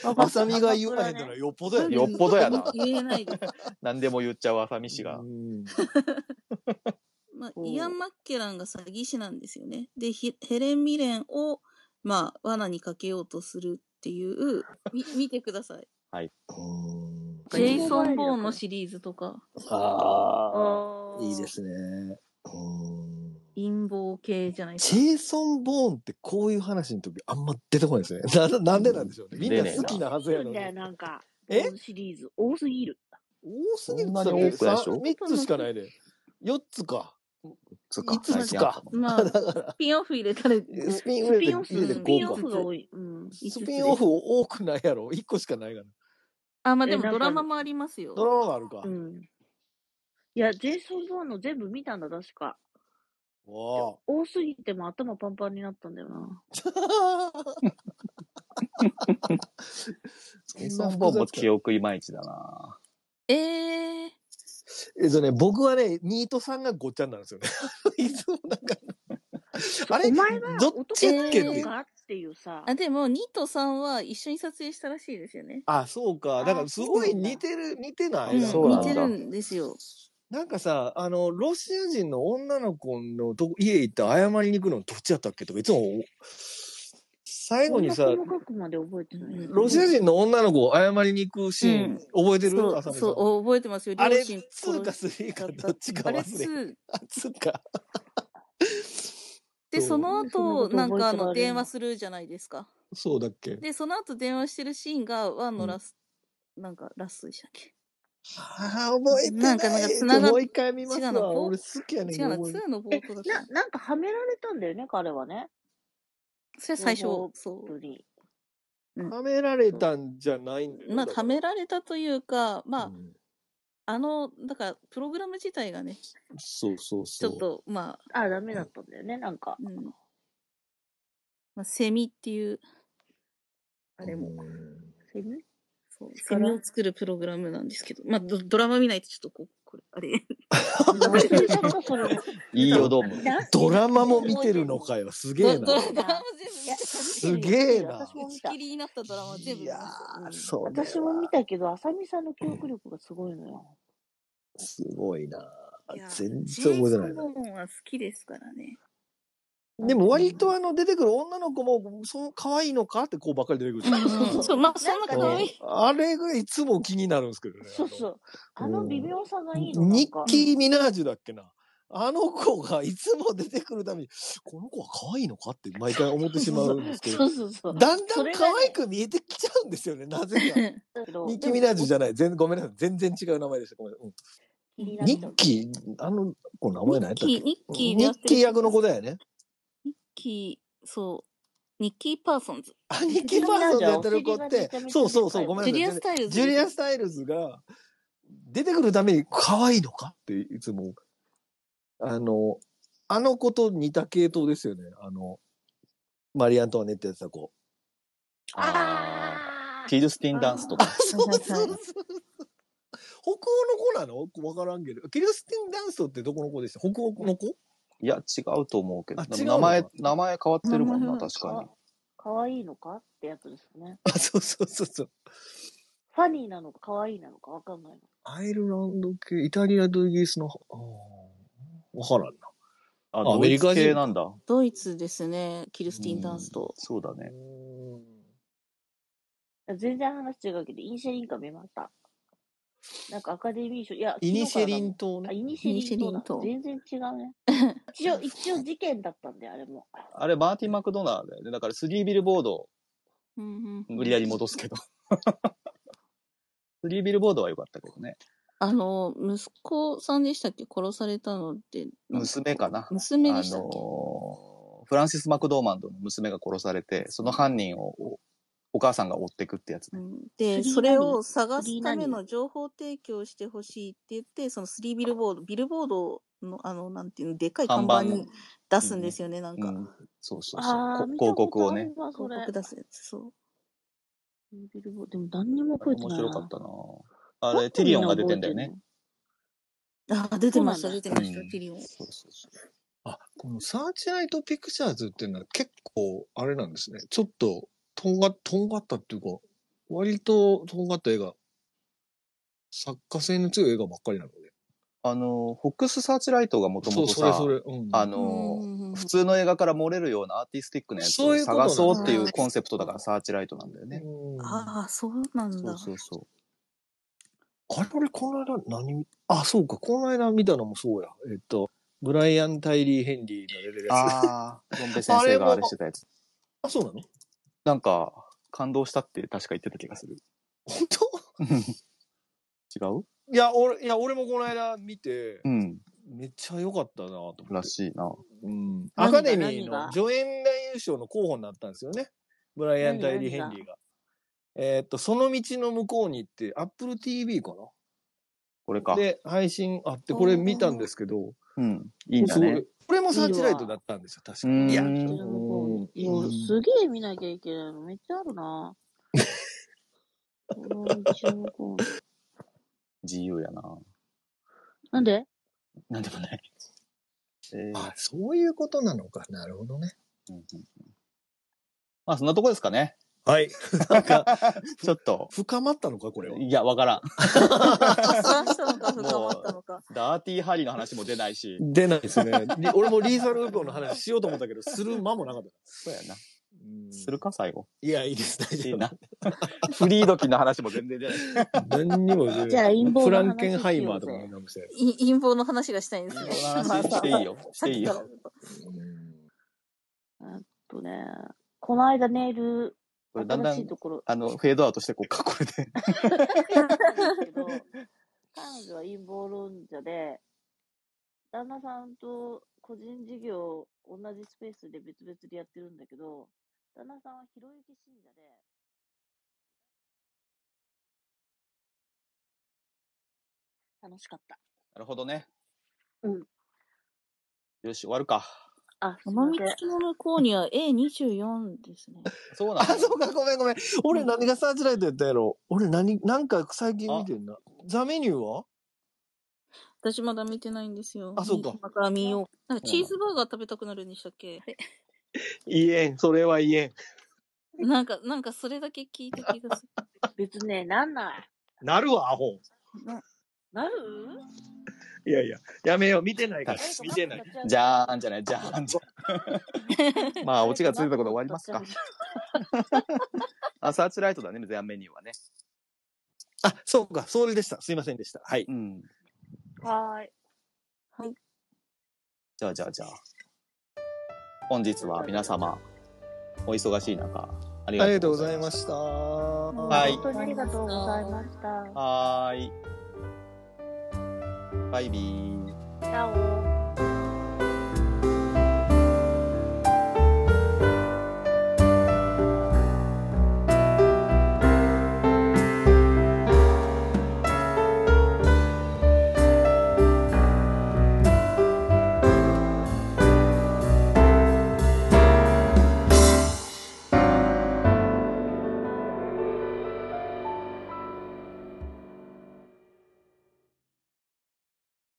Speaker 3: あ。まさみが言わへんのはよっぽどやね。
Speaker 2: よっぽどやな。
Speaker 6: 言えないです。
Speaker 2: 何でも言っちゃう浅見氏が。
Speaker 3: うん
Speaker 6: まあ、
Speaker 7: おう
Speaker 6: イアン・マッケランが詐欺師なんですよね。で、ヒヘレン・ミレンを、まあ、罠にかけようとするっていう、み見てください。
Speaker 3: うん
Speaker 6: ジェイソン・ボーンのシリーズとか、
Speaker 3: あ
Speaker 7: あ
Speaker 3: あ、
Speaker 7: ー
Speaker 3: いいで。すね。うん
Speaker 6: 陰謀系じゃないです
Speaker 3: ジ
Speaker 6: か。
Speaker 3: ェイソン・ボーンってこういう話の時あんま出てこないですね。ななんでなんでしょうね。みんな好きなはず
Speaker 7: そ
Speaker 3: や
Speaker 7: う
Speaker 3: のに
Speaker 7: だ。よ、なんか。
Speaker 3: え
Speaker 7: このシリーズ、多すぎる。
Speaker 3: 多すぎる
Speaker 2: そんなに多くないでしょ
Speaker 3: 3つしかないで。4つか。
Speaker 2: つ
Speaker 3: いつ
Speaker 2: 最近あったもん
Speaker 6: まあ、
Speaker 3: だから
Speaker 6: ス、ピンオフ入れたらこう、
Speaker 3: スピンオ
Speaker 7: ス
Speaker 3: フ
Speaker 7: ピンオフ、
Speaker 3: 入れて
Speaker 7: ス
Speaker 3: 5
Speaker 7: ピン
Speaker 3: か
Speaker 7: オフが多い。うん。
Speaker 6: 五つ
Speaker 3: スピンオフ多くないやろ。1個しかないから。
Speaker 6: あ、まあ
Speaker 7: え
Speaker 6: でも
Speaker 7: なんか
Speaker 6: ドラマもありますよ。
Speaker 3: ドラマがあるか。
Speaker 7: う
Speaker 3: わ
Speaker 7: ん。いや、ジェイソン・ボーンの全部見たんだ、確か。
Speaker 3: あ。
Speaker 7: 多すぎても頭パンパンになったんだよな。
Speaker 3: そん
Speaker 2: ジェ
Speaker 3: な
Speaker 2: イソン・ボーンも
Speaker 3: 複雑
Speaker 2: 記憶いまいちだな。
Speaker 6: ええー、
Speaker 3: えっとね、僕はね、2と3がごっちゃになるんですよね。 いつもなんか、あれ
Speaker 7: お前は
Speaker 3: どっち
Speaker 7: 男
Speaker 3: やっ
Speaker 7: の
Speaker 3: けっ
Speaker 7: 人
Speaker 3: て。
Speaker 7: かっていうさ。
Speaker 6: あ、でも2と3は一緒に撮影したらしいですよね。
Speaker 3: あ、そうか。だからすごい似てる、似てな
Speaker 6: う
Speaker 3: い
Speaker 6: ん、
Speaker 3: なん
Speaker 2: そう
Speaker 3: か
Speaker 6: 似
Speaker 2: な
Speaker 6: て
Speaker 2: んだ
Speaker 6: るんですよ。
Speaker 3: なんかさ、あの、ロシア人の女の子のとこ家行って謝りに行くのどっちやったっけとか、いつも、最後
Speaker 7: こん
Speaker 3: に
Speaker 7: な
Speaker 3: さ、
Speaker 7: 細かくまで覚えてない。
Speaker 3: ロシア人の女の子を謝りに行くシーン、
Speaker 6: うん
Speaker 3: 覚えて
Speaker 6: そ
Speaker 3: る
Speaker 6: う、
Speaker 3: 浅見さん。
Speaker 6: そう、覚えてますよ。
Speaker 3: あ
Speaker 6: 両
Speaker 3: れ、
Speaker 6: 親
Speaker 3: 2か
Speaker 6: 殺し
Speaker 3: 3
Speaker 6: ちゃ
Speaker 3: か
Speaker 6: った
Speaker 3: どっちか
Speaker 6: あれ
Speaker 3: 忘れ。
Speaker 6: 2。
Speaker 3: あ、2か。
Speaker 6: で、
Speaker 3: そ
Speaker 6: そうの
Speaker 7: なんでそんな
Speaker 6: 後、
Speaker 7: こと
Speaker 6: なんかあ
Speaker 7: 覚えてられんの
Speaker 6: の、電話するじゃないですか。
Speaker 3: そうだっけ
Speaker 6: で、その後電話してるシーンが、ワン
Speaker 3: う
Speaker 6: の
Speaker 3: ん
Speaker 6: ラス、なんかラストでしたっけ
Speaker 3: ああ、覚えてない。
Speaker 6: なんかなんか繋がっ
Speaker 3: もう一回見ます
Speaker 6: 違う
Speaker 3: わ。
Speaker 6: のぼ
Speaker 3: 俺好きやねん
Speaker 6: 違
Speaker 3: け
Speaker 6: う
Speaker 3: ど
Speaker 6: な、
Speaker 3: 覚えてない
Speaker 6: 2の
Speaker 7: え
Speaker 6: 冒頭だっ、た
Speaker 7: な、
Speaker 6: な。
Speaker 7: なんかはめられたんだよね、彼はね。
Speaker 6: それは最
Speaker 7: 情
Speaker 6: 初
Speaker 7: 報、
Speaker 6: そ
Speaker 7: 部に。
Speaker 3: はめられたんじゃないんだ
Speaker 6: う。
Speaker 3: よ。
Speaker 6: まあ、
Speaker 3: だから
Speaker 6: はめられたというか、ま
Speaker 3: う
Speaker 6: あ、
Speaker 3: ん
Speaker 6: あの、だから、プログラム自体がね、
Speaker 3: そうそう
Speaker 6: ちょ
Speaker 3: そ
Speaker 6: っ
Speaker 3: う。
Speaker 6: と、まあ、
Speaker 7: あ、ダメだったんだよね、なんか。
Speaker 6: うん。まあ、セミっていう、あれも、
Speaker 3: うん
Speaker 7: セミ
Speaker 6: そう、セ
Speaker 7: 力
Speaker 6: ミを作るプログラムなんですけど、まあ、ドドラマ見ないとちょっとこう、これ、あれ。
Speaker 7: 忘れちゃった、それも。
Speaker 2: いいよ、どうも。
Speaker 7: な
Speaker 3: ドラマも見てるのかよ。すげえ
Speaker 6: ドド
Speaker 3: な
Speaker 6: ラ。
Speaker 7: すげえ
Speaker 6: ドラマ
Speaker 7: な
Speaker 6: 全部見
Speaker 7: いや、見
Speaker 3: す
Speaker 7: て
Speaker 3: げえな
Speaker 6: 打ち
Speaker 7: るよ、見てるよ。私。も見た
Speaker 6: 切。りになったドラマ全部
Speaker 3: い
Speaker 6: 見
Speaker 3: や
Speaker 6: ました。う
Speaker 3: ー、それ
Speaker 6: ん
Speaker 7: 私も見
Speaker 3: は
Speaker 7: たけど、浅見さんの記憶力がすごいのよ。
Speaker 3: すごいな。
Speaker 6: いや、
Speaker 3: 全
Speaker 6: ジ
Speaker 3: 然
Speaker 6: ェイ
Speaker 3: 覚えて
Speaker 6: ソ
Speaker 3: ない
Speaker 6: ン・
Speaker 3: な。
Speaker 6: ボーンは好きですからね。
Speaker 3: でも割とあの出てくる女の子も、そう可愛いのかってこうばっかり出てくるじゃないですか
Speaker 6: うん、そう、まあ、そんな
Speaker 7: なん
Speaker 6: 可
Speaker 7: か
Speaker 6: 愛
Speaker 7: ね
Speaker 6: い。
Speaker 3: あれがいつも気になるんですけどね。
Speaker 7: そうそう。あの微妙さがいいの、なん
Speaker 3: ニッ
Speaker 7: か。
Speaker 3: キー・ミナージュだっけな。あの子がいつも出てくるために、この子は可愛いのかって毎回思ってしまうんですけど
Speaker 7: そ、うそうそう。
Speaker 3: だんだ
Speaker 7: そ
Speaker 3: ん
Speaker 7: れ
Speaker 3: 可
Speaker 7: が
Speaker 3: 愛
Speaker 7: ね、
Speaker 3: く見えてきちゃうんですよね、なぜか。
Speaker 7: だけど
Speaker 3: ニッキー・
Speaker 7: でも
Speaker 3: ミナージュじゃない。全ごめんなさい。全然違う名前でした。ごめんなさい。
Speaker 7: 気
Speaker 3: う
Speaker 7: に
Speaker 3: ん
Speaker 7: なっ
Speaker 3: ニ
Speaker 7: ちゃう
Speaker 3: ッ。キー、あの子名前何やったっけ
Speaker 6: ニッキー、ニッキーで
Speaker 3: ニ
Speaker 6: や
Speaker 3: ッ
Speaker 6: って
Speaker 3: キー
Speaker 6: る人
Speaker 3: 役の子だよね。
Speaker 6: ニッキー、そう、ニッキー・パーソンズ。
Speaker 3: あ、ニッ
Speaker 7: ニッ
Speaker 3: キ
Speaker 7: キ
Speaker 3: ー・
Speaker 7: ー
Speaker 3: パ
Speaker 7: ミ
Speaker 3: ー
Speaker 7: ナー
Speaker 3: ソン
Speaker 7: ジ
Speaker 3: で
Speaker 7: ュ
Speaker 3: やっ
Speaker 7: はお
Speaker 3: てる子
Speaker 7: 尻
Speaker 3: っ
Speaker 7: がめ
Speaker 3: て、
Speaker 7: ちゃめちゃ
Speaker 3: そう
Speaker 7: で
Speaker 3: そう
Speaker 7: か
Speaker 3: そう、
Speaker 7: い
Speaker 3: ご
Speaker 7: も
Speaker 3: めん
Speaker 7: ん。
Speaker 6: ジュ
Speaker 3: な
Speaker 6: リア・
Speaker 3: さい
Speaker 6: ス。タイルズ
Speaker 3: ジュリア・スタイルズが出てくるために可愛いのかっていつも、あの、あの子と似た系統ですよね。あの、マリーアントワネってやってた子。
Speaker 2: あ
Speaker 7: あ
Speaker 2: ー、
Speaker 7: ー
Speaker 2: ティルスティンダンスとか。
Speaker 3: そう
Speaker 6: はい
Speaker 3: そうそ
Speaker 6: はいうはい。。
Speaker 3: 北欧の子なのわからんけど。キルスティン・ダンストってどこの子でした北欧の子
Speaker 2: いや、違うと思うけど。
Speaker 3: あ
Speaker 2: で
Speaker 3: 違う
Speaker 2: も
Speaker 3: のか
Speaker 2: 名前、名前変わってるもんな、
Speaker 6: 名前は
Speaker 2: 確かに
Speaker 7: か。可愛いのかってやつですね。
Speaker 3: あ、そうそうそうそう。
Speaker 7: ファニーなのか可愛いなのかわかんないの。
Speaker 3: アイルランド系、イタリアとイギリスの、あーわからんな。
Speaker 2: あ、
Speaker 3: ア
Speaker 2: ド
Speaker 3: メ
Speaker 2: イ
Speaker 3: リ
Speaker 2: ツ
Speaker 3: カ人
Speaker 2: 系なんだ。
Speaker 6: ドイツですね、キルスティン・ダンスと。
Speaker 2: そうだね。
Speaker 7: 全然話違うけど、イニシェリンか見ました。なんかアカデミー賞、いや、
Speaker 3: イニシェ
Speaker 7: 昨日か
Speaker 3: リン島
Speaker 7: らだもん。あ、
Speaker 3: ね。
Speaker 7: イニシ
Speaker 6: イニシェ
Speaker 7: ェリン島
Speaker 6: リン
Speaker 7: だ
Speaker 6: 島。
Speaker 7: 全然違うね。一応、一応事件だったんだよ、あれも。
Speaker 2: あれ、マーティン・マクドナーだよね。だから、スリービルボード、
Speaker 6: うんうんうん
Speaker 2: 無理やり戻す けど。スリービルボードは良かったけどね。
Speaker 6: あの、息子さんでしたっけ殺されたのって。
Speaker 2: 娘かな。
Speaker 6: 娘
Speaker 2: あ
Speaker 6: でしたっけ
Speaker 2: のーフランシス・マクドーマンドの娘が殺されて、その犯人をおお母さんが追ってくってやつ
Speaker 6: う
Speaker 2: ね。
Speaker 6: んで、
Speaker 7: スリー
Speaker 6: それ
Speaker 7: 何
Speaker 6: を探
Speaker 7: スリ
Speaker 6: す
Speaker 7: ー
Speaker 6: た
Speaker 7: 何
Speaker 6: めの情報提供をしてほしいって言って、そのスリービルボード、ビルボードの、あの、なんていうの、でかい看
Speaker 2: 看
Speaker 6: 板
Speaker 2: 板
Speaker 6: に
Speaker 2: ね
Speaker 6: 出すんですよね、なん
Speaker 2: う
Speaker 6: か。
Speaker 2: ん。そうそうそう。
Speaker 7: あ
Speaker 2: こ
Speaker 7: ー、見た
Speaker 2: 広
Speaker 7: こ
Speaker 2: 告
Speaker 7: と
Speaker 2: を
Speaker 7: あ
Speaker 2: ね
Speaker 7: る。わ、そ
Speaker 6: 広
Speaker 7: れ。
Speaker 6: 告出すやつ、そう。
Speaker 7: ビルボでも何にも
Speaker 2: あれ
Speaker 7: 覚えて
Speaker 2: 面
Speaker 7: ない
Speaker 2: 白かっ
Speaker 7: な。
Speaker 2: たなあ
Speaker 7: なん
Speaker 2: れ、テ
Speaker 7: で
Speaker 2: ィリ
Speaker 7: み
Speaker 2: オ
Speaker 7: ん
Speaker 2: ンが
Speaker 7: な
Speaker 2: 出
Speaker 7: 覚
Speaker 2: て
Speaker 7: え
Speaker 2: んだよ
Speaker 7: てん
Speaker 2: ね
Speaker 7: の。
Speaker 6: あー、出てました、
Speaker 7: そうなん
Speaker 6: 出
Speaker 7: だ
Speaker 6: て
Speaker 2: う
Speaker 6: ました、
Speaker 2: ん
Speaker 6: ティリオン。
Speaker 2: そうそうそう。
Speaker 3: あ、このサーチライトピクチャーズっていうのは結構、あれなんですね。ちょっと、とんが、とんがったっていうか、割ととんがった映画、作家性の強い映画ばっかりなので。
Speaker 2: あの、フォックスサーチライトがもと
Speaker 3: そ
Speaker 2: も
Speaker 3: う、
Speaker 2: と
Speaker 3: そ
Speaker 2: さ
Speaker 3: れ、それ。うん。
Speaker 2: あ
Speaker 6: う
Speaker 2: の、
Speaker 6: んうんうん
Speaker 2: 普通の映画から漏れるようなアーティスティックなやつ
Speaker 3: そう
Speaker 2: を
Speaker 3: いうこと
Speaker 2: 探
Speaker 3: ね
Speaker 2: そうっていうコンセプトだからサーチライトなんだよね。
Speaker 3: うんあ
Speaker 6: ああ、そうなん
Speaker 2: そ
Speaker 6: だ
Speaker 2: う。そうそ
Speaker 3: れ、俺、この間、何見、あ、そうか、この間見たのもそうや。えっと、ブライアン・タイリー・ヘンリーが出てる
Speaker 2: う。
Speaker 3: やつ。
Speaker 2: ああ、ゾンベ先生があれしてたやつ。
Speaker 3: あ、そうなの
Speaker 2: なんか、感動したって確か言ってた気がする。
Speaker 3: 本当
Speaker 2: 違う
Speaker 3: いや、俺、いや、俺もこの間見て
Speaker 2: う、ん。
Speaker 3: めっちゃ良かったなと思って。
Speaker 2: らしいな。
Speaker 3: うん
Speaker 7: 何
Speaker 3: ア
Speaker 7: が
Speaker 3: カデミー
Speaker 7: 何
Speaker 3: の
Speaker 7: が
Speaker 3: 助演男優賞の候補になったんですよね。ブライアン・タイリー・ヘンリーが。えーっと、その道の向こうにって、Apple TV か
Speaker 2: これか
Speaker 3: な。。で、配信あって、これ見たんですけど、
Speaker 2: うん。いいんだ
Speaker 3: すご
Speaker 2: ね
Speaker 3: い。これもサーチライトだったんですよ、確か
Speaker 2: うん
Speaker 3: に。いや、
Speaker 2: う
Speaker 3: うん
Speaker 7: 道の向こうにもうすげえ見なきゃいけないのめっちゃあるな。 この道の向こうに。
Speaker 2: 自由やな。
Speaker 7: なんで
Speaker 2: なんでもない。えー
Speaker 3: あ、そういうことなのか。なるほどね。
Speaker 2: うんうんうんまあ、そんなとこですか ね。
Speaker 3: はい。なんか、
Speaker 2: ちょっと。
Speaker 3: 深まったのか、これは。
Speaker 2: いや、わからん。
Speaker 6: あ、そうしたのか、深まったのか。
Speaker 2: ダーティーハリーの話も出ないし。
Speaker 3: 出ないですね。り俺も リーサルウーポンの話しようと思ったけど、する間もなかった。
Speaker 2: そうやな。
Speaker 3: うん
Speaker 2: するか、最後。
Speaker 3: いや、いいです。大
Speaker 2: い
Speaker 3: 丈
Speaker 2: いな。 フリードキンの話も全然出ない。
Speaker 3: 夫。何にも出ない
Speaker 7: じゃあ陰謀
Speaker 3: フラ
Speaker 7: の話しようぜ
Speaker 3: ンケンハイマーとかみんな見せる。
Speaker 6: い陰謀の話がしたいんですね。
Speaker 2: その話していいよ。していいよ。
Speaker 3: うん
Speaker 7: とね、この間ネイル、
Speaker 2: これだんだ
Speaker 7: 新しい
Speaker 2: ん、
Speaker 7: ところ
Speaker 2: あの、フェードアウトしてこうか、これで。
Speaker 7: やったんですけど、彼女は陰謀論者で、旦那さんと個人事業、同じスペースで別々でやってるんだけど、旦那さんはひろゆき信者で、楽しかった。
Speaker 2: なるほどね。
Speaker 7: うん。
Speaker 2: よし、終わるか。
Speaker 7: あ、す
Speaker 6: こ
Speaker 7: みま
Speaker 6: の
Speaker 7: せん。
Speaker 6: 道の向こうには A24 ですね。
Speaker 2: そうな
Speaker 3: あ、
Speaker 2: の
Speaker 3: そうか、ごめんごめん。俺何がサーチライトやったんやろ。俺何、なんか最近見てんな。ザメニューは
Speaker 6: 私まだ見てないんですよ。
Speaker 3: あそうか
Speaker 6: 今から見よう。なんかチーズバーガー食べたくなるんでしたっけ
Speaker 8: 言えん、それは言えん。
Speaker 6: なんか、なんかそれだけ聞いた気がす
Speaker 7: 別にね、なんない。
Speaker 8: なるわ、アホ。
Speaker 6: る。な
Speaker 7: なる
Speaker 8: いやいや、やめよう、見てないから。見てない。
Speaker 7: い
Speaker 2: じゃーんじゃない、じゃーんじゃん。まあ、オチがついたことで終わりますか。あ、サーチライトだね、全メニューはね。
Speaker 3: あ、そうか、それでした。すいませんでした。はい。
Speaker 2: うん。
Speaker 7: はーい。
Speaker 2: じゃあじゃあじゃあ。本日は皆様、お忙しい中、あり
Speaker 3: あ
Speaker 2: が
Speaker 3: り
Speaker 2: と
Speaker 3: がとうご
Speaker 2: うござ
Speaker 3: ざ
Speaker 2: い
Speaker 3: い
Speaker 2: ま
Speaker 3: ま
Speaker 2: し
Speaker 3: した。
Speaker 2: は
Speaker 3: はい
Speaker 7: 本当 にありがとうございました
Speaker 2: た。。はーい。バイビー。
Speaker 7: チャオ。